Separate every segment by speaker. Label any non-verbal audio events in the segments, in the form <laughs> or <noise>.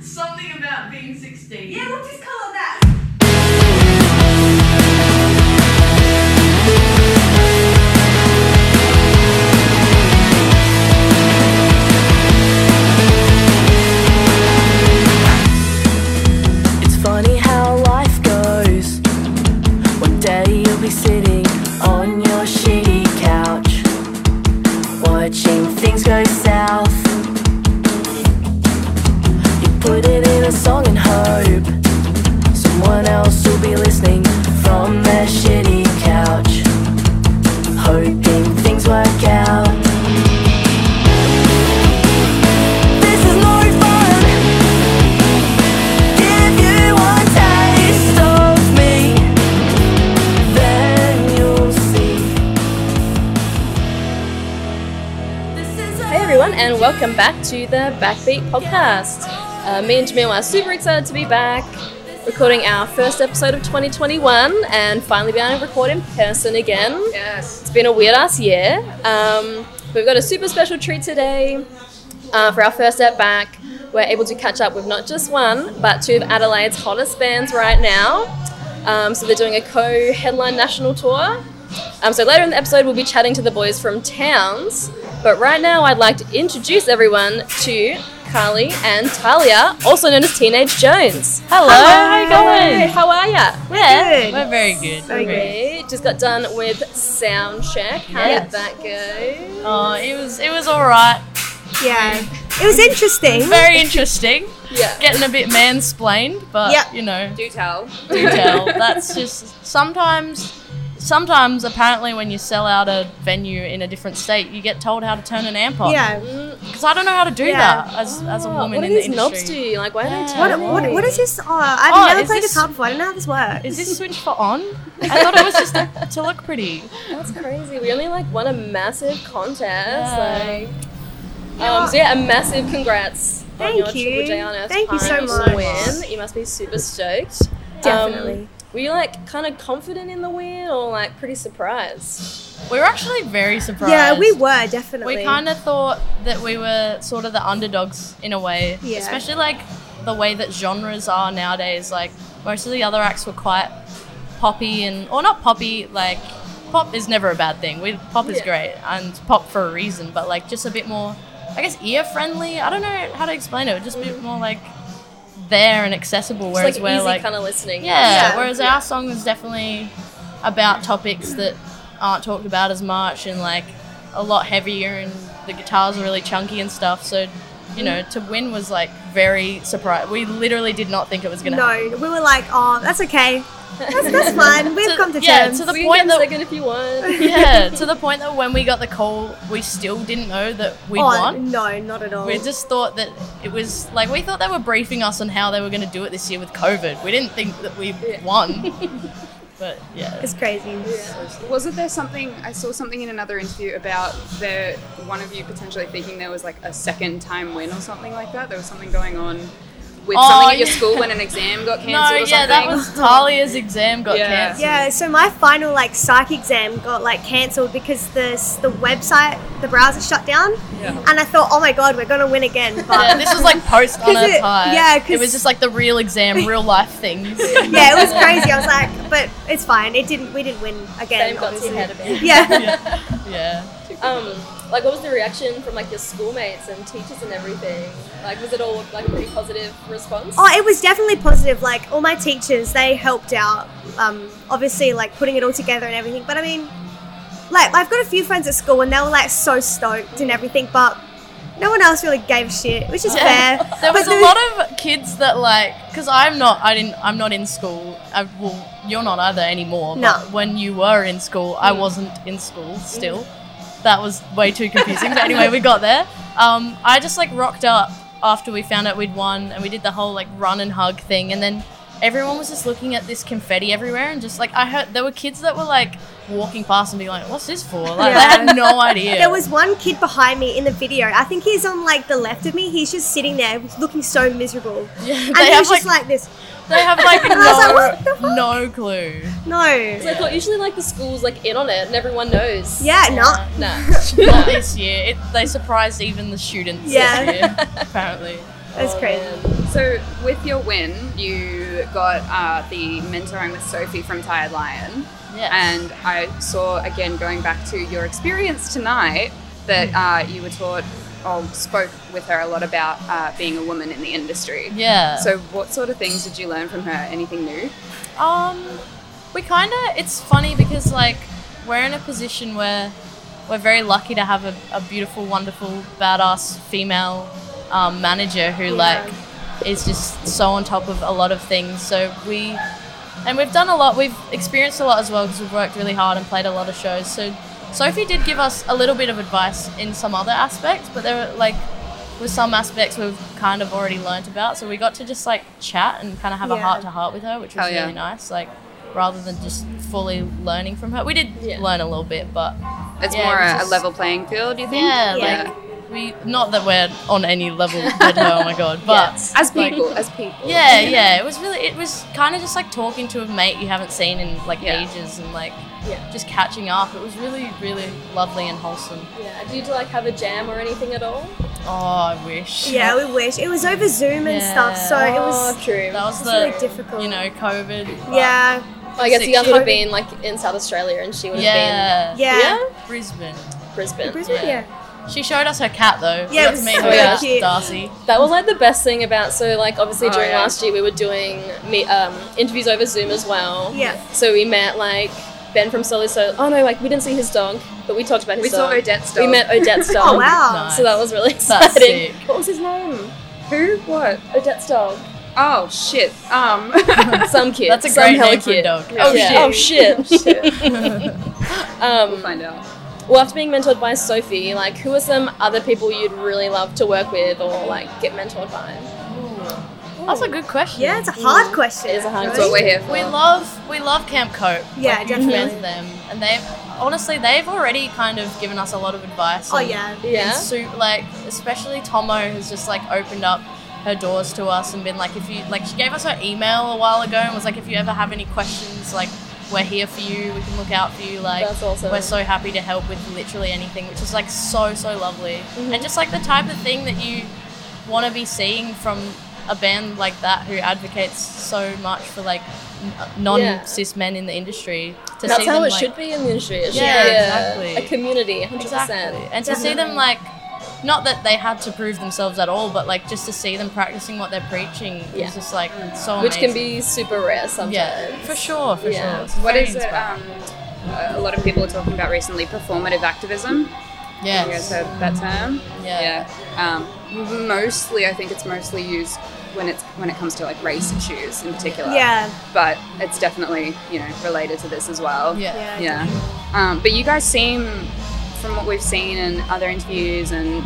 Speaker 1: Something about being 16.
Speaker 2: Yeah, we'll just call it that.
Speaker 3: It's funny how life goes. One day you'll be sitting on your shitty couch, watching things go south. You put it in a song and hope someone else will be listening from their shitty couch, hoping things work out. This is no fun. If you want taste of me, then you'll see.
Speaker 4: Hey everyone, and welcome back to the Backbeat podcast. Uh, me and Jamil are super excited to be back, recording our first episode of 2021, and finally being able to record in person again.
Speaker 1: Yes.
Speaker 4: It's been a weird ass year. Um, we've got a super special treat today uh, for our first step back. We're able to catch up with not just one, but two of Adelaide's hottest bands right now. Um, so they're doing a co-headline national tour. Um, so later in the episode, we'll be chatting to the boys from Towns. But right now, I'd like to introduce everyone to Carly and Talia, also known as Teenage Jones. Hello, how are you going? How are ya? We're
Speaker 5: We're very good. Very
Speaker 4: Great. Just got done with sound check. How did that go?
Speaker 5: Oh, it was it was all right.
Speaker 6: Yeah. It was interesting.
Speaker 5: Very interesting.
Speaker 4: Yeah.
Speaker 5: Getting a bit mansplained, but
Speaker 6: Yep.
Speaker 5: you know,
Speaker 4: Do tell.
Speaker 5: do tell. That's just sometimes. Sometimes, apparently, when you sell out a venue in a different state, you get told how to turn an amp on.
Speaker 6: Yeah.
Speaker 5: Because I don't know how to do
Speaker 6: Yeah.
Speaker 5: that as, as a
Speaker 4: Oh,
Speaker 5: woman
Speaker 4: what do
Speaker 5: in the
Speaker 4: these
Speaker 5: industry.
Speaker 4: knobs do? Like, why are they
Speaker 5: Yeah.
Speaker 6: What,
Speaker 4: turning?
Speaker 6: what, what is this? Oh, I've
Speaker 5: Oh,
Speaker 6: never
Speaker 5: is
Speaker 6: played
Speaker 5: this-
Speaker 6: guitar before. I don't know how this works.
Speaker 5: Is this switch for
Speaker 4: <laughs>
Speaker 5: on? I thought it was just to, to look pretty.
Speaker 4: That's crazy. We only like won a massive contest.
Speaker 5: Yeah.
Speaker 4: Like, um, so yeah, a massive congrats on
Speaker 6: Thank
Speaker 4: your
Speaker 6: you.
Speaker 4: Triple J on Earth
Speaker 6: Thank you so
Speaker 4: Pioneer
Speaker 6: much.
Speaker 4: Win. You must be super stoked. Um,
Speaker 6: Definitely.
Speaker 4: were you like kind of confident in the win or like pretty surprised?
Speaker 5: We were actually very surprised.
Speaker 6: yeah, we were definitely.
Speaker 5: We kind of thought that we were sort of the underdogs in a way,
Speaker 6: Yeah.
Speaker 5: especially like the way that genres are nowadays. Like most of the other acts were quite poppy and, or not poppy. Like pop is never a bad thing. We pop is
Speaker 4: Yeah.
Speaker 5: great and pop for a reason, but like just a bit more, I guess, ear friendly. I don't know how to explain it. Just a bit more like there and accessible.
Speaker 4: Just
Speaker 5: Whereas
Speaker 4: like
Speaker 5: we're
Speaker 4: easy
Speaker 5: like
Speaker 4: kind of listening.
Speaker 5: yeah,
Speaker 6: Yeah.
Speaker 5: whereas our song was definitely about topics that aren't talked about as much and like a lot heavier and the guitars are really chunky and stuff. So, you
Speaker 4: Mm.
Speaker 5: know, to win was like very surprised. We literally did not think it was going to happen.
Speaker 6: no, we were like, oh, that's okay. That's,
Speaker 5: <laughs>
Speaker 6: that's fine. We've
Speaker 5: To-
Speaker 6: come to terms.
Speaker 5: yeah, to the
Speaker 4: We can
Speaker 5: point
Speaker 4: get
Speaker 5: that-
Speaker 4: second if you
Speaker 6: <laughs>
Speaker 5: <laughs>
Speaker 4: want.
Speaker 5: Yeah, to the point that when we got the call, we still didn't know that we
Speaker 6: oh,
Speaker 5: won.
Speaker 6: No, not at all.
Speaker 5: We just thought that it was like we thought they were briefing us on how they were going to do it this year with COVID. We didn't think that we
Speaker 6: <laughs>
Speaker 5: won. But yeah.
Speaker 6: it's crazy.
Speaker 7: Wasn't there something I saw something in another interview about the one of you potentially thinking there was like a second time win or something like that? There was something going on with
Speaker 5: Oh,
Speaker 7: something at your
Speaker 5: yeah.
Speaker 7: school when an exam got cancelled
Speaker 5: <laughs> No,
Speaker 7: or something.
Speaker 5: yeah, that was Talia's exam got
Speaker 7: Yeah.
Speaker 5: cancelled.
Speaker 6: Yeah, so my final like psych exam got like cancelled because the the website, the browser shut down, and I thought, oh my god, we're gonna win again. But
Speaker 5: <laughs> Yeah, this was like post on
Speaker 6: <laughs> 'Cause
Speaker 5: a
Speaker 6: it-
Speaker 5: tie.
Speaker 6: yeah, 'cause-
Speaker 5: it was just like the real exam, real life things.
Speaker 6: <laughs> yeah, it was crazy. I was like, but it's fine. It didn't. We didn't win again.
Speaker 4: Same got to
Speaker 6: obviously.
Speaker 4: your head a bit.
Speaker 5: <laughs>
Speaker 6: Yeah.
Speaker 5: yeah.
Speaker 4: Um, like, what was the reaction from like your schoolmates and teachers and everything? Like, was it all like a pretty positive response?
Speaker 6: Oh, it was definitely positive. Like all my teachers, they helped out. Um, obviously, like putting it all together and everything. But I mean, like I've got a few friends at school, and they were like so stoked and everything. But no one else really gave a shit, which is fair.
Speaker 5: <laughs> There was
Speaker 6: But
Speaker 5: a lot of kids that like, because I'm not, I didn't, I'm not in school. I, well, you're not either anymore.
Speaker 6: No. Mm.
Speaker 5: But when you were in school, I wasn't in school still. That was way too confusing. but anyway, we got there. Um, I just like rocked up after we found out we'd won, and we did the whole like run and hug thing, and then everyone was just looking at this confetti everywhere, and just like I heard there were kids that were like walking past and being like, "What's this for?" Like
Speaker 6: Yeah.
Speaker 5: they had no idea.
Speaker 6: There was one kid behind me in the video. I think he's on like the left of me. He's just sitting there looking so miserable.
Speaker 5: Yeah, <laughs> <laughs>
Speaker 6: And
Speaker 5: they
Speaker 6: he
Speaker 5: have
Speaker 6: was
Speaker 5: like,
Speaker 6: just like this.
Speaker 5: they have like
Speaker 6: <laughs> I was like, "What the
Speaker 5: no no clue.
Speaker 6: No.
Speaker 5: <laughs>
Speaker 4: 'Cause I thought usually like the school's like in on it and everyone knows.
Speaker 6: Yeah, no.
Speaker 4: Nah.
Speaker 6: <laughs>
Speaker 5: Not this year. It, they surprised even the students.
Speaker 6: Yeah.
Speaker 5: This year, apparently.
Speaker 6: That's crazy.
Speaker 5: Oh,
Speaker 7: <laughs> So with your win, you got uh, the mentoring with Sophie from Tired Lion,
Speaker 5: Yes.
Speaker 7: and I saw again going back to your experience tonight that uh, you were taught or spoke with her a lot about uh, being a woman in the industry.
Speaker 5: yeah.
Speaker 7: So what sort of things did you learn from her? Anything new?
Speaker 5: Um, we kind of. It's funny because like we're in a position where we're very lucky to have a, a beautiful, wonderful, badass female um, manager who like is just so on top of a lot of things. So we and we've done a lot. We've experienced a lot as well because we've worked really hard and played a lot of shows. So Sophie did give us a little bit of advice in some other aspects, but there were like with some aspects we've kind of already learnt about. So we got to just like chat and kind of have a
Speaker 6: Yeah.
Speaker 5: heart to heart with her, which was
Speaker 7: Hell yeah.
Speaker 5: really nice. Like rather than just fully learning from her, we did
Speaker 4: Yeah.
Speaker 5: learn a little bit, but
Speaker 7: It's
Speaker 5: Yeah,
Speaker 7: more
Speaker 5: it was
Speaker 7: a, a
Speaker 5: just-
Speaker 7: level playing field, you think?
Speaker 5: yeah,
Speaker 6: Yeah.
Speaker 5: like. We, not that we're on any level with her, oh my god, but
Speaker 7: As
Speaker 5: like-
Speaker 7: people, as people.
Speaker 5: yeah, yeah. It was really. It was kind of just like talking to a mate you haven't seen in like
Speaker 7: Yeah.
Speaker 5: ages, and like
Speaker 4: Yeah.
Speaker 5: just catching up. It was really, really lovely and wholesome.
Speaker 4: Yeah. Do you like have a jam or anything at all?
Speaker 5: Oh, I wish.
Speaker 6: Yeah, we wish. It was over Zoom and stuff, so it was.
Speaker 4: true.
Speaker 5: <laughs> that was
Speaker 6: It's
Speaker 5: the
Speaker 6: really difficult.
Speaker 5: you know COVID. but-
Speaker 6: Yeah,
Speaker 4: I guess
Speaker 5: Six
Speaker 4: you guys would have
Speaker 6: years.
Speaker 4: been like in South Australia, and she would have
Speaker 5: Yeah.
Speaker 4: been
Speaker 6: yeah.
Speaker 5: Brisbane.
Speaker 4: Brisbane.
Speaker 6: Brisbane,
Speaker 5: Yeah.
Speaker 6: yeah.
Speaker 5: She showed us her cat though. We
Speaker 6: Yeah,
Speaker 5: got
Speaker 6: it was
Speaker 5: to meet
Speaker 6: so
Speaker 5: her cat,
Speaker 6: cute. <laughs>
Speaker 5: Darcy.
Speaker 4: That was like the best thing about. So like obviously
Speaker 7: Oh,
Speaker 4: during
Speaker 7: yeah.
Speaker 4: last year we were doing me um, interviews over Zoom as well.
Speaker 6: Yeah.
Speaker 4: So we met like Ben from Solo. So oh no, like we didn't see his dog, but we talked about his
Speaker 7: We saw
Speaker 4: dog.
Speaker 7: Odette's
Speaker 4: We
Speaker 7: dog.
Speaker 5: <laughs>
Speaker 4: met Odette's dog.
Speaker 6: Oh wow.
Speaker 5: Nice.
Speaker 4: So that was really
Speaker 5: That's
Speaker 4: exciting.
Speaker 5: sick.
Speaker 4: What was his name?
Speaker 7: Who? What?
Speaker 4: Odette's dog.
Speaker 7: Oh shit. Um. <laughs>
Speaker 5: <laughs>
Speaker 4: Some kid.
Speaker 5: That's a
Speaker 4: some
Speaker 5: great
Speaker 4: hella
Speaker 5: name for a
Speaker 4: kid.
Speaker 5: dog.
Speaker 4: Oh, yeah.
Speaker 7: Oh,
Speaker 4: shit. Oh <laughs> shit.
Speaker 5: <laughs>
Speaker 7: we'll
Speaker 4: um,
Speaker 7: find out.
Speaker 4: well, after being mentored by Sophie, like who are some other people you'd really love to work with or like get mentored by?
Speaker 5: That's a good question.
Speaker 6: Yeah, it's a hard question.
Speaker 4: It is a hard
Speaker 6: actually.
Speaker 7: That's what we're here for.
Speaker 5: We love we love Camp Cope.
Speaker 6: Yeah,
Speaker 5: Like, we're
Speaker 6: definitely.
Speaker 5: friends with them, and they've honestly they've already kind of given us a lot of advice.
Speaker 6: Oh
Speaker 5: and
Speaker 6: yeah.
Speaker 4: Yeah.
Speaker 5: And so, like, especially Tomo has just like opened up her doors to us and been like, if you like, she gave us her email a while ago and was like, if you ever have any questions, like, we're here for you. We can look out for you. Like,
Speaker 4: That's awesome.
Speaker 5: we're so happy to help with literally anything, which is like so so lovely
Speaker 4: Mm-hmm.
Speaker 5: and just like the type of thing that you want to be seeing from a band like that who advocates so much for like non cis men in the industry. To
Speaker 4: That's
Speaker 5: see
Speaker 4: how
Speaker 5: them,
Speaker 4: it
Speaker 5: like,
Speaker 4: should be in the industry. It should
Speaker 5: Yeah,
Speaker 4: be a,
Speaker 5: exactly.
Speaker 4: a community, 100%.
Speaker 5: Exactly. And to see them like, not that they had to prove themselves at all, but like just to see them practicing what they're preaching
Speaker 4: Yeah. Mm.
Speaker 5: is just like so
Speaker 4: Which can
Speaker 5: amazing.
Speaker 4: be super rare sometimes.
Speaker 5: yeah, for sure, for
Speaker 4: Yeah.
Speaker 5: sure. It's
Speaker 7: What
Speaker 5: very
Speaker 7: is it?
Speaker 5: inspiring.
Speaker 7: Um, a lot of people are talking about recently performative activism. Have You
Speaker 5: Yes.
Speaker 7: guys heard that term?
Speaker 5: Yeah.
Speaker 7: Um, mostly, I think it's mostly used when it's when it comes to like race issues in particular.
Speaker 6: Yeah.
Speaker 7: But it's definitely you know related to this as well.
Speaker 5: Yeah.
Speaker 6: Yeah.
Speaker 7: Yeah. Um, but you guys seem, from what we've seen in other interviews and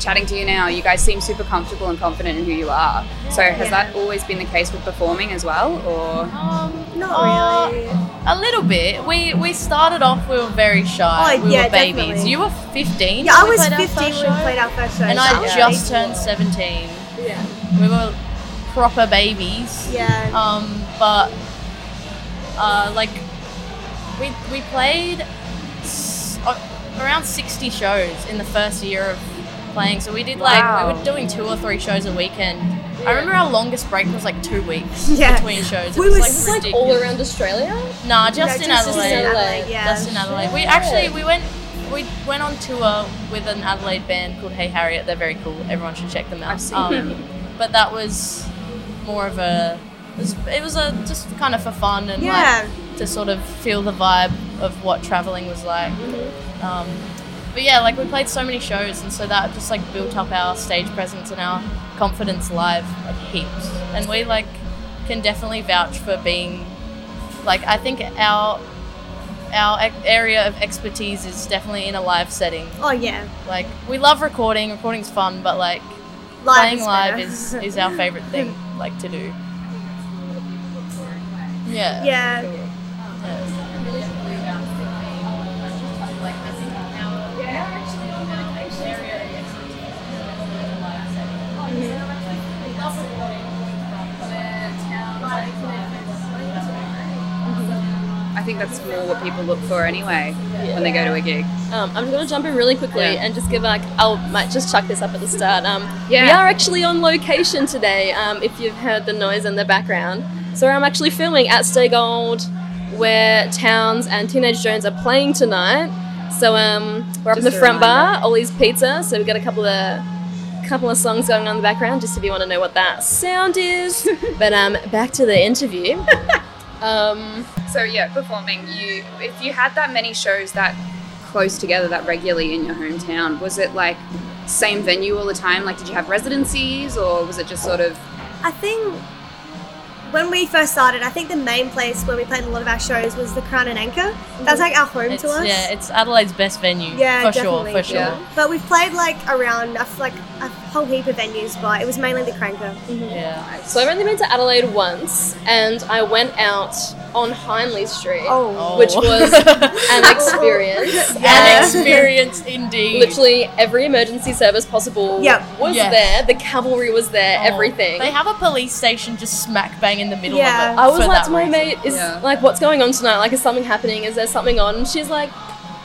Speaker 7: chatting to you now, you guys seem super comfortable and confident in who you are. So
Speaker 6: Yeah.
Speaker 7: has that always been the case with performing as well, or?
Speaker 5: Um,
Speaker 6: Not
Speaker 5: uh,
Speaker 6: really.
Speaker 5: A little bit. We we started off. We were very shy.
Speaker 6: Oh,
Speaker 5: we
Speaker 6: yeah,
Speaker 5: were babies.
Speaker 6: definitely.
Speaker 5: You were fifteen.
Speaker 6: Yeah, I
Speaker 5: when we
Speaker 6: was
Speaker 5: played our
Speaker 6: 15 when
Speaker 5: first
Speaker 6: we
Speaker 5: show,
Speaker 6: played our first show.
Speaker 5: and
Speaker 6: so
Speaker 5: I
Speaker 6: was
Speaker 5: just
Speaker 6: 18.
Speaker 5: turned seventeen.
Speaker 4: Yeah.
Speaker 5: We were proper babies.
Speaker 6: Yeah.
Speaker 5: Um, but uh, like we we played s- uh, around sixty shows in the first year of playing. So we did like
Speaker 7: Wow.
Speaker 5: we were doing two or three shows a weekend. I remember our longest break was like two weeks
Speaker 6: Yeah.
Speaker 5: between shows. It
Speaker 6: We
Speaker 5: was
Speaker 6: were
Speaker 5: like
Speaker 6: s-
Speaker 4: Like all
Speaker 5: ridiculous.
Speaker 4: around Australia?
Speaker 5: Nah, just
Speaker 6: No,
Speaker 5: in
Speaker 6: just- just in Oh,
Speaker 5: Adelaide.
Speaker 4: Adelaide,
Speaker 6: yeah.
Speaker 5: Just in Adelaide. We
Speaker 4: Shit.
Speaker 5: actually we went we went on tour with an Adelaide band called Hey Harriet. They're very cool. Everyone should check them out. Um,
Speaker 7: I've seen them.
Speaker 5: But that was more of a it was, it was a just kind of for fun and
Speaker 6: Yeah.
Speaker 5: like to sort of feel the vibe of what traveling was like. Um, but yeah, like we played so many shows, and so that just like built up our stage presence and our confidence live like heaps. And we like can definitely vouch for being like I think our our ec- area of expertise is definitely in a live setting.
Speaker 6: Oh yeah.
Speaker 5: Like we love recording, recording's fun, but like
Speaker 6: Live
Speaker 5: playing
Speaker 6: is
Speaker 5: live
Speaker 6: better.
Speaker 5: is is our
Speaker 6: <laughs>
Speaker 5: favorite thing like to do. Yeah.
Speaker 6: yeah.
Speaker 7: I think that's more what people look for anyway when they go to a gig.
Speaker 4: Um, I'm going to jump in really quickly
Speaker 7: Yeah.
Speaker 4: and just give like I'll might just chuck this up at the start. Um,
Speaker 7: Yeah.
Speaker 4: We are actually on location today. Um, if you've heard the noise in the background, so I'm actually filming at Stay Gold, where Towns and Teenage Jones are playing tonight. So um, we're up in
Speaker 7: Just
Speaker 4: the
Speaker 7: a
Speaker 4: front bar,
Speaker 7: reminder.
Speaker 4: Ollie's Pizza. So we've got a couple of couple of songs going on in the background, just if you want to know what that sound
Speaker 7: <laughs>
Speaker 4: is. but um, back to the interview. um,
Speaker 7: So yeah, performing. You if you had that many shows that close together that regularly in your hometown, was it like same venue all the time? Like did you have residencies or was it just sort of
Speaker 6: I think when we first started, I think the main place where we played a lot of our shows was the Crown and Anchor. That's like our home
Speaker 5: It's,
Speaker 6: to us.
Speaker 5: yeah, it's Adelaide's best venue.
Speaker 6: Yeah,
Speaker 5: for
Speaker 6: definitely.
Speaker 5: sure, for sure.
Speaker 7: Yeah.
Speaker 6: But we've played like around a, like a whole heap of venues, but it was mainly the Cranker.
Speaker 5: Yeah.
Speaker 4: So I've only been to Adelaide once, and I went out on Hindley Street,
Speaker 6: Oh,
Speaker 4: which was
Speaker 5: Oh,
Speaker 4: an experience.
Speaker 5: <laughs> an
Speaker 4: and
Speaker 5: experience indeed.
Speaker 4: Literally every emergency service possible
Speaker 6: Yep.
Speaker 4: was
Speaker 5: Yes.
Speaker 4: there. The cavalry was there.
Speaker 5: Oh,
Speaker 4: everything.
Speaker 5: They have a police station just smack bang in the middle
Speaker 6: Yeah.
Speaker 5: of it.
Speaker 4: I was
Speaker 5: for
Speaker 4: like
Speaker 5: that
Speaker 4: to my
Speaker 5: reason.
Speaker 4: mate, "Is
Speaker 7: Yeah.
Speaker 4: like what's going on tonight? Like, is something happening? Is there something on?" And she's like,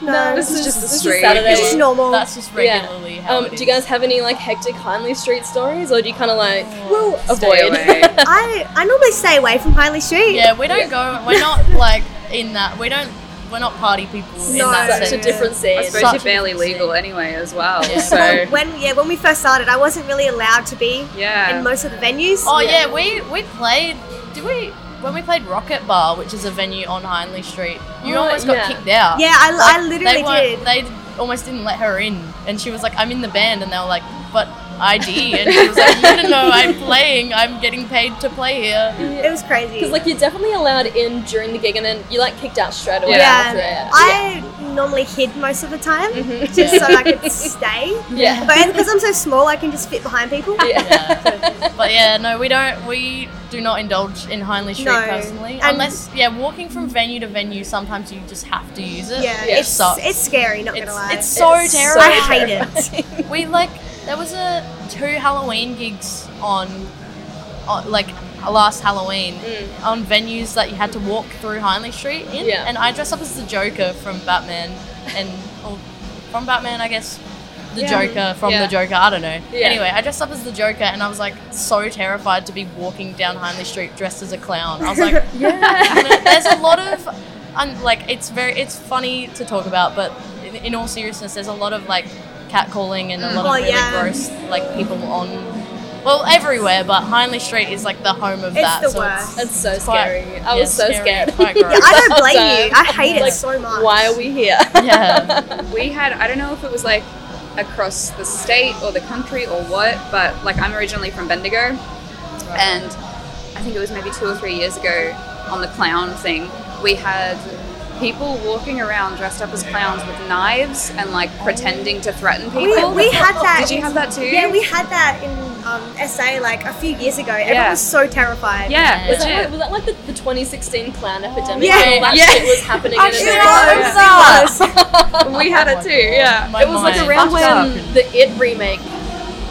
Speaker 6: no,
Speaker 4: "This
Speaker 6: it's
Speaker 7: is
Speaker 4: is
Speaker 7: just the
Speaker 4: this
Speaker 7: street.
Speaker 4: is Saturday."
Speaker 6: just normal.
Speaker 5: That's just regularly how
Speaker 4: Um,
Speaker 5: it
Speaker 4: do you
Speaker 5: is.
Speaker 4: guys have any like hectic Hindley Street stories, or do you kind of like
Speaker 6: well,
Speaker 4: avoid? <laughs>
Speaker 7: away.
Speaker 6: I I normally stay away from Hindley Street.
Speaker 5: Yeah, we don't go. We're not like in that. We don't. We're not party people in
Speaker 6: No.
Speaker 5: that
Speaker 4: Such a
Speaker 5: sense.
Speaker 4: different scene.
Speaker 7: I suppose
Speaker 5: Such
Speaker 7: you're barely
Speaker 5: a difference.
Speaker 7: legal anyway as well.
Speaker 5: Yeah.
Speaker 6: Well,
Speaker 7: So
Speaker 6: when yeah, when we first started, I wasn't really allowed to be
Speaker 7: yeah.
Speaker 6: in most of the venues.
Speaker 5: Oh yeah, we we played. Did we? When we played Rocket Bar, which is a venue on Hindley Street, you
Speaker 4: Oh,
Speaker 5: almost got
Speaker 4: yeah.
Speaker 5: kicked out.
Speaker 6: yeah, I,
Speaker 5: Like,
Speaker 6: I literally
Speaker 5: they weren't-
Speaker 6: did.
Speaker 5: They almost didn't let her in, and she was like, "I'm in the band," and they were like, "But ID," and she was like, "No, no, no, I'm playing. I'm getting paid to play here."
Speaker 6: It was crazy.
Speaker 4: Because like you're definitely allowed in during the gig, and then you like kicked out straight away
Speaker 7: Yeah.
Speaker 4: after it.
Speaker 6: I normally hid most of the time
Speaker 4: Mhm.
Speaker 6: just
Speaker 5: Yeah.
Speaker 6: so I could stay.
Speaker 5: <laughs>
Speaker 4: yeah.
Speaker 6: But because I'm so small, I can just fit behind people.
Speaker 4: <laughs>
Speaker 5: Yeah. but yeah, no, we don't. We do not indulge in Hindley Street
Speaker 6: No.
Speaker 5: personally,
Speaker 6: And-
Speaker 5: unless yeah, walking from venue to venue. Sometimes you just have to use it.
Speaker 6: Yeah,
Speaker 5: it
Speaker 6: it's
Speaker 5: sucks.
Speaker 6: it's scary. Not
Speaker 5: It's-
Speaker 6: gonna lie.
Speaker 5: it's so
Speaker 4: It's so
Speaker 5: terrible.
Speaker 6: I hate it.
Speaker 5: we like there was a two Halloween gigs on, on like last Halloween on venues that you had to walk through Hindley Street in,
Speaker 4: Mm. Yeah.
Speaker 5: and I dressed up as the Joker from Batman and or from Batman, I guess. The Joker from
Speaker 4: Yeah.
Speaker 5: the Joker, I don't know.
Speaker 4: Yeah.
Speaker 5: Anyway, I dressed up as the Joker and I was like so terrified to be walking down Hindley Street dressed as a clown. I was like, there's a lot of un- like it's very it's funny to talk about but in, in all seriousness there's a lot of like catcalling and a lot
Speaker 6: Oh,
Speaker 5: of really
Speaker 6: yeah.
Speaker 5: gross like people on well everywhere but Hindley Street is like the home of
Speaker 6: It's
Speaker 5: that
Speaker 6: the
Speaker 5: so
Speaker 6: worst.
Speaker 4: That's so
Speaker 5: It's quite-
Speaker 4: scary. I
Speaker 5: yeah,
Speaker 4: was so
Speaker 5: scary,
Speaker 4: scared.
Speaker 5: quite gross.
Speaker 6: Yeah, <laughs> I don't blame
Speaker 4: Sometimes.
Speaker 6: you. I hate it
Speaker 4: Like,
Speaker 6: so
Speaker 4: <laughs>
Speaker 6: much.
Speaker 4: Why are we here?
Speaker 5: <laughs>
Speaker 6: <laughs>
Speaker 5: Yeah.
Speaker 7: we had I don't know if it was like across the state or the country or what, but like I'm originally from Bendigo, and I think it was maybe two or three years ago on the clown thing we had people walking around dressed up as clowns with knives and like pretending to threaten people.
Speaker 6: We, we had that.
Speaker 7: Did you have that too?
Speaker 6: Yeah, we had that in um, SA like a few years ago. Everyone
Speaker 7: Yeah.
Speaker 6: was so terrified.
Speaker 7: Yeah,
Speaker 4: was, that,
Speaker 7: legit.
Speaker 4: like- was that like the, the 2016 clown epidemic?
Speaker 6: Yeah.
Speaker 4: All that
Speaker 7: Yeah.
Speaker 4: shit was happening in
Speaker 6: Actually,
Speaker 4: America.
Speaker 6: was. <laughs>
Speaker 7: we had it too. Yeah,
Speaker 5: My
Speaker 7: it was like
Speaker 5: mind.
Speaker 7: around
Speaker 5: Fucked
Speaker 7: when
Speaker 5: up.
Speaker 4: The It remake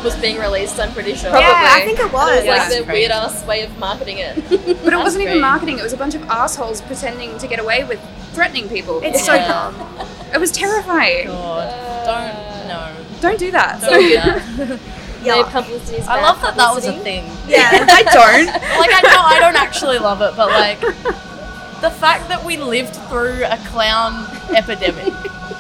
Speaker 4: was being released, I'm pretty sure.
Speaker 7: Probably.
Speaker 6: Yeah, I think it
Speaker 4: It was
Speaker 6: was.
Speaker 4: like
Speaker 7: Yeah.
Speaker 4: the
Speaker 5: That's crazy.
Speaker 4: weird ass way of marketing
Speaker 5: <laughs>
Speaker 4: it.
Speaker 7: <laughs> But it wasn't
Speaker 5: great.
Speaker 7: even marketing. It was a bunch of assholes pretending to get away with threatening people.
Speaker 6: It's so
Speaker 5: Yeah. Oh,
Speaker 6: dumb.
Speaker 7: it was terrifying.
Speaker 5: God, don't no
Speaker 7: Don't do that.
Speaker 5: don't do <laughs>
Speaker 4: <laughs>
Speaker 5: that.
Speaker 4: No
Speaker 6: Yeah.
Speaker 4: publicity is
Speaker 5: I
Speaker 4: bad
Speaker 5: love that that was a
Speaker 4: publicity.
Speaker 5: thing
Speaker 6: Yeah.
Speaker 7: I don't.
Speaker 5: like I know I don't actually love it, but like the fact that we lived through a clown epidemic,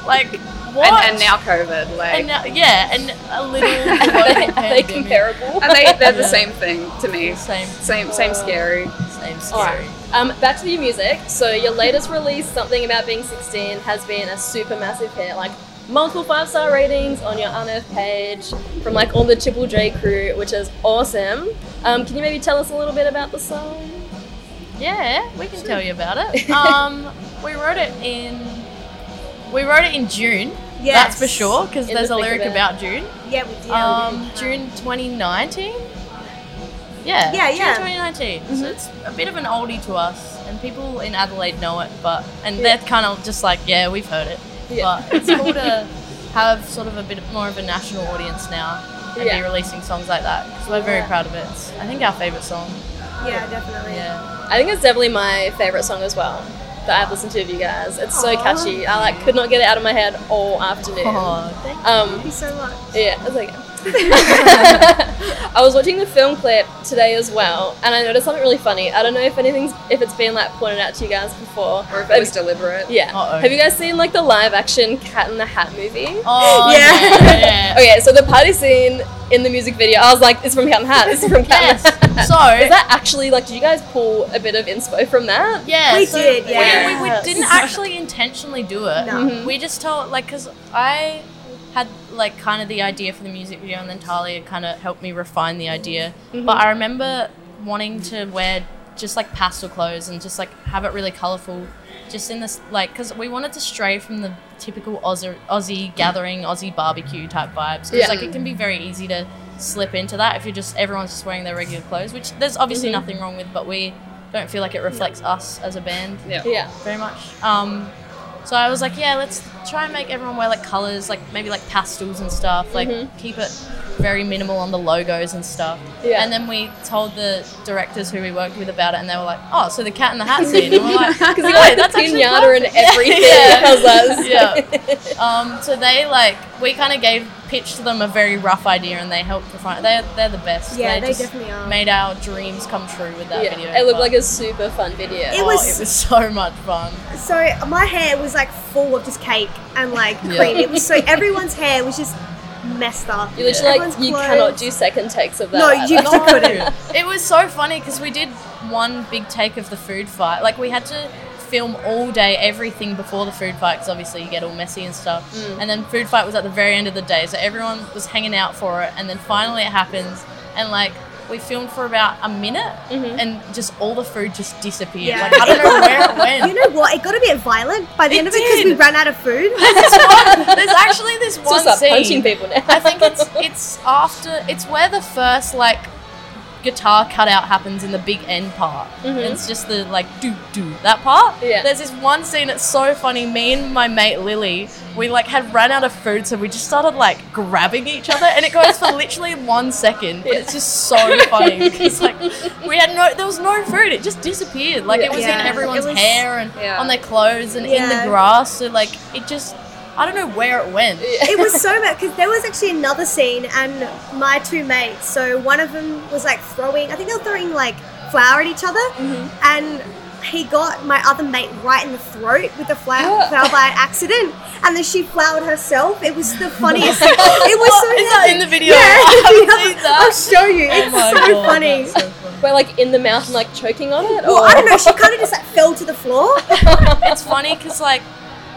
Speaker 5: like what?
Speaker 7: And, and now COVID, like,
Speaker 5: And now- yeah, and a
Speaker 7: <laughs>
Speaker 5: little global
Speaker 4: Are <laughs> they, are they
Speaker 5: pandemic.
Speaker 4: comparable?
Speaker 7: and they they're
Speaker 5: <laughs>
Speaker 7: the
Speaker 5: Yeah.
Speaker 7: same thing to me.
Speaker 5: Same,
Speaker 7: Same, same scary.
Speaker 5: same
Speaker 4: Alright,
Speaker 5: scary.
Speaker 4: um, back to your music. So your latest release, Something About Being 16, has been a super massive hit. Like multiple five star ratings on your Unearth page from like all the Triple J crew, which is awesome. Um, can you maybe tell us a little bit about the song?
Speaker 5: Yeah, we can tell you about
Speaker 7: <laughs>
Speaker 5: it. Um, we wrote it in we wrote it in June. <laughs> That's
Speaker 6: Yes.
Speaker 5: for sure because
Speaker 4: In
Speaker 5: there's
Speaker 4: the
Speaker 5: a
Speaker 4: thick
Speaker 5: lyric
Speaker 4: of it.
Speaker 5: about June.
Speaker 6: Yeah, we did.
Speaker 5: Um, June 2019. Yeah.
Speaker 6: Yeah,
Speaker 5: June
Speaker 6: yeah. Mm-hmm.
Speaker 5: 2019. So it's a bit of an oldie to us, and people in Adelaide know it, but and they're kind of just like, yeah, we've heard it.
Speaker 4: Yeah.
Speaker 5: But it's cool
Speaker 6: <laughs>
Speaker 5: to have sort of a bit more of a national audience now and
Speaker 4: Yeah.
Speaker 5: be releasing songs like that because we're very
Speaker 4: Yeah.
Speaker 5: proud of it. It's, I think our favorite song.
Speaker 6: yeah, definitely.
Speaker 5: Yeah.
Speaker 4: I think it's definitely my favorite song as well. that I've listened to of you guys. It's so catchy. I like could not get it out of my head all afternoon.
Speaker 6: <laughs>
Speaker 5: Oh, thank
Speaker 4: Um,
Speaker 6: you so much.
Speaker 4: yeah, I was
Speaker 7: <laughs>
Speaker 4: like. I was watching the film clip today as well, and I noticed something really funny. I don't know if anything's if it's been like pointed out to you guys before,
Speaker 7: Or if it was deliberate.
Speaker 4: yeah.
Speaker 5: Uh-oh.
Speaker 4: Have you guys seen like the live action Cat in the Hat movie?
Speaker 5: Oh,
Speaker 6: Yeah. <laughs>
Speaker 5: yeah.
Speaker 4: Okay, so the party scene in the music video, I was like, it's from Cat in the Hat. It's from Cat
Speaker 5: Yes.
Speaker 4: in the Hat.
Speaker 5: So,
Speaker 6: <laughs>
Speaker 4: Is that actually like? Did you guys pull a bit of inspo from that?
Speaker 5: yeah,
Speaker 6: We
Speaker 5: so
Speaker 6: did,
Speaker 5: we-
Speaker 6: yeah.
Speaker 5: We, we,
Speaker 4: Yes.
Speaker 6: <laughs>
Speaker 5: didn't actually intentionally do it.
Speaker 6: No.
Speaker 5: We just told, like, because I had, like, kind of the idea for the music video, and then Talia kind of helped me refine the idea. But I remember wanting to wear just, like, pastel clothes and just, like, have it really colourful. Just in this, like, because we wanted to stray from the typical Aussie, Aussie gathering, Aussie barbecue type vibes. Because,
Speaker 4: Yeah.
Speaker 5: like, it can be very easy to slip into that if you're just, everyone's just wearing their regular clothes, which there's obviously nothing wrong with, but we don't feel like it reflects us as a band
Speaker 7: Yeah.
Speaker 4: Yeah.
Speaker 5: very much. Um, so I was like, yeah, let's try and make everyone wear like colors, like maybe like pastels and stuff. Like
Speaker 4: Mm-hmm.
Speaker 5: keep it very minimal on the logos and stuff.
Speaker 4: Yeah.
Speaker 5: And then we told the directors who we worked with about it, and they were like, oh, so the cat in the hat scene. And we're
Speaker 4: <laughs>
Speaker 5: like, <laughs>
Speaker 4: Because you
Speaker 5: "No,
Speaker 4: got like,
Speaker 5: that's
Speaker 4: the
Speaker 5: actually
Speaker 4: pinata and
Speaker 5: perfect."
Speaker 4: everything.
Speaker 5: <laughs> Yeah.
Speaker 4: I was like-
Speaker 5: Yeah. Um, so they like we kind of gave pitched to them a very rough idea, and they helped refine. They they're the best.
Speaker 6: Yeah, they
Speaker 5: just
Speaker 6: definitely are.
Speaker 5: Made our dreams come true with that
Speaker 4: Yeah.
Speaker 5: video.
Speaker 4: It looked
Speaker 5: but-
Speaker 4: like a super fun video.
Speaker 6: It
Speaker 5: Oh,
Speaker 6: was-
Speaker 5: it was <laughs> so much fun.
Speaker 6: So my hair was like full of just cake and like
Speaker 5: Yeah.
Speaker 6: cream. It
Speaker 5: <laughs>
Speaker 6: was so everyone's hair was just messed up.
Speaker 4: you literally like
Speaker 6: Everyone's
Speaker 4: you
Speaker 6: clothes-
Speaker 4: cannot do second takes of that.
Speaker 6: No, you
Speaker 4: either.
Speaker 6: just couldn't.
Speaker 5: <laughs> It was so funny because we did one big take of the food fight. Like we had to film all day everything before the food fight because obviously you get all messy and stuff. And then food fight was at the very end of the day, so everyone was hanging out for it. And then finally it happens, and like. We filmed for about a minute, and just all the food just disappeared.
Speaker 6: Yeah.
Speaker 5: Like I don't know where it went.
Speaker 6: You know what? It got a bit violent by the
Speaker 5: It
Speaker 6: end of it because we
Speaker 5: did.
Speaker 6: ran out of food.
Speaker 5: There's actually this
Speaker 4: Just
Speaker 5: one
Speaker 4: start
Speaker 5: scene.
Speaker 4: punching people now.
Speaker 5: I think it's it's after it's where the first like guitar cutout happens in the big end part.
Speaker 6: Mm-hmm.
Speaker 5: It's just the like do do that part.
Speaker 4: Yeah.
Speaker 5: There's this one scene that's so funny. Me and my mate Lily, we like had run out of food, so we just started like grabbing each other, and it goes for literally one second. But
Speaker 4: Yeah.
Speaker 5: it's just so funny because like we had no there was no food. It just disappeared. Like it was
Speaker 6: Yeah.
Speaker 5: in everyone's
Speaker 6: It was-
Speaker 5: hair and
Speaker 7: Yeah.
Speaker 5: on their clothes and in
Speaker 6: Yeah.
Speaker 5: the grass. So like it just I don't know where it went.
Speaker 6: it was so bad because there was actually another scene and my two mates so one of them was like throwing i think they were throwing like flour at each other
Speaker 5: Mm-hmm.
Speaker 6: and he got my other mate right in the throat with the flour, flour by accident and then she floured herself it was
Speaker 5: <laughs>
Speaker 6: the funniest it was so
Speaker 5: Is that
Speaker 6: bad.
Speaker 5: in the video?
Speaker 6: yeah, <laughs>
Speaker 5: I haven't
Speaker 6: Yeah,
Speaker 5: seen that.
Speaker 6: i'll show you
Speaker 5: Oh
Speaker 6: it's
Speaker 5: my
Speaker 6: so
Speaker 5: God, <laughs>
Speaker 6: funny
Speaker 5: that's so funny.
Speaker 4: <laughs> We're like in the mouth and like choking on it. Oh,
Speaker 6: well
Speaker 4: or-
Speaker 6: i don't know she kind of just like fell to the floor
Speaker 5: it's funny because like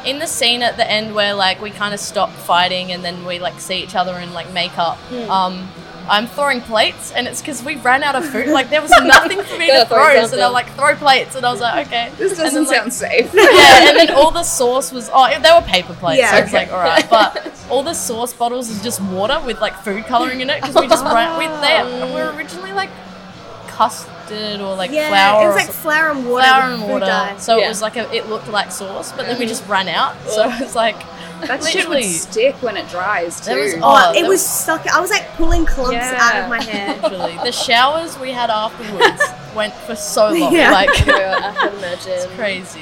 Speaker 5: in the scene at the end where like we kind of stop fighting and then we like see each other and like make up.
Speaker 6: Hmm.
Speaker 5: Um, I'm throwing plates and it's because we ran out of food. Like
Speaker 6: <laughs>
Speaker 5: there was nothing for me
Speaker 4: Gotta
Speaker 5: to
Speaker 4: throw
Speaker 5: throw, so
Speaker 4: something.
Speaker 5: they're like throw plates, and I was like okay.
Speaker 7: This doesn't
Speaker 5: and then, like,
Speaker 7: sound
Speaker 5: <laughs>
Speaker 7: safe.
Speaker 5: yeah,
Speaker 7: <laughs>
Speaker 5: and then all the sauce was oh they were paper plates,
Speaker 6: Yeah,
Speaker 5: so it's like all right,
Speaker 6: <laughs>
Speaker 5: but all the sauce bottles is just water with like food coloring in it because we just ran with
Speaker 6: <laughs>
Speaker 5: that. We're originally like custard or <laughs> like
Speaker 6: yeah
Speaker 5: flour.
Speaker 6: it was
Speaker 5: or
Speaker 6: like
Speaker 5: something
Speaker 6: flour and water
Speaker 5: flour
Speaker 6: with
Speaker 5: and
Speaker 6: food
Speaker 5: water.
Speaker 6: dye.
Speaker 5: So
Speaker 4: Yeah.
Speaker 5: it was like a, it looked like sauce, but then we just ran out. So <laughs> it was like
Speaker 7: That shit
Speaker 5: literally.
Speaker 7: would stick when it dries too.
Speaker 5: That was
Speaker 6: Oh,
Speaker 5: Oh,
Speaker 6: it
Speaker 5: that
Speaker 6: was stuck. I was like pulling clumps
Speaker 7: Yeah.
Speaker 6: out of my hair.
Speaker 5: Literally, the showers we had
Speaker 6: <laughs>
Speaker 5: afterwards went for so long.
Speaker 6: Yeah.
Speaker 5: Like <laughs>
Speaker 4: I <laughs> can imagine.
Speaker 5: it's crazy.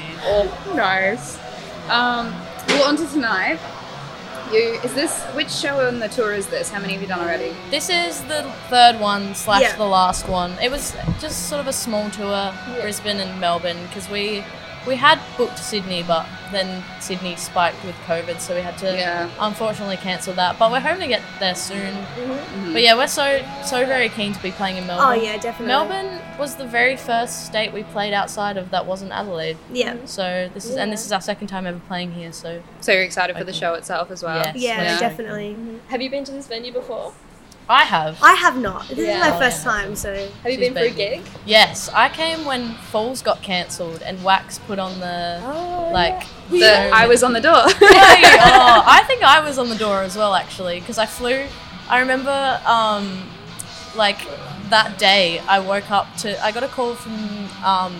Speaker 7: Nice. Um, well, on to tonight. You is this which show on the tour is this? How many have you done already?
Speaker 5: This is the third one slash
Speaker 6: Yeah.
Speaker 5: the last one. It was just sort of a small tour, Brisbane and Melbourne, because we we had booked Sydney, but then Sydney spiked with COVID, so we had to
Speaker 7: Yeah.
Speaker 5: unfortunately cancel that. But we're hoping to get there soon.
Speaker 6: Mm-hmm.
Speaker 5: But yeah, we're so so very keen to be playing in
Speaker 6: Oh
Speaker 5: Melbourne.
Speaker 6: yeah, definitely.
Speaker 5: Melbourne was the very first state we played outside of that wasn't Adelaide.
Speaker 6: Yeah.
Speaker 5: So this is and this is our second time ever playing here. So
Speaker 7: So you're excited for the
Speaker 5: Okay.
Speaker 7: show itself as well.
Speaker 5: Yes.
Speaker 6: Yeah,
Speaker 5: Yeah.
Speaker 6: definitely.
Speaker 4: Have you been to this venue before?
Speaker 5: I have.
Speaker 6: I have not. This
Speaker 4: Yeah.
Speaker 6: is my first time, so
Speaker 4: Have you
Speaker 5: She's
Speaker 4: been for a
Speaker 5: baby.
Speaker 4: gig?
Speaker 5: Yes, I came when Falls got cancelled and Wax put on the
Speaker 4: Oh,
Speaker 5: like. <laughs>
Speaker 7: The-
Speaker 5: show.
Speaker 7: I was on the
Speaker 5: <laughs>
Speaker 7: door.
Speaker 5: oh, I think I was on the door as well actually because I flew. I remember um, like that day I woke up to I got a call from um,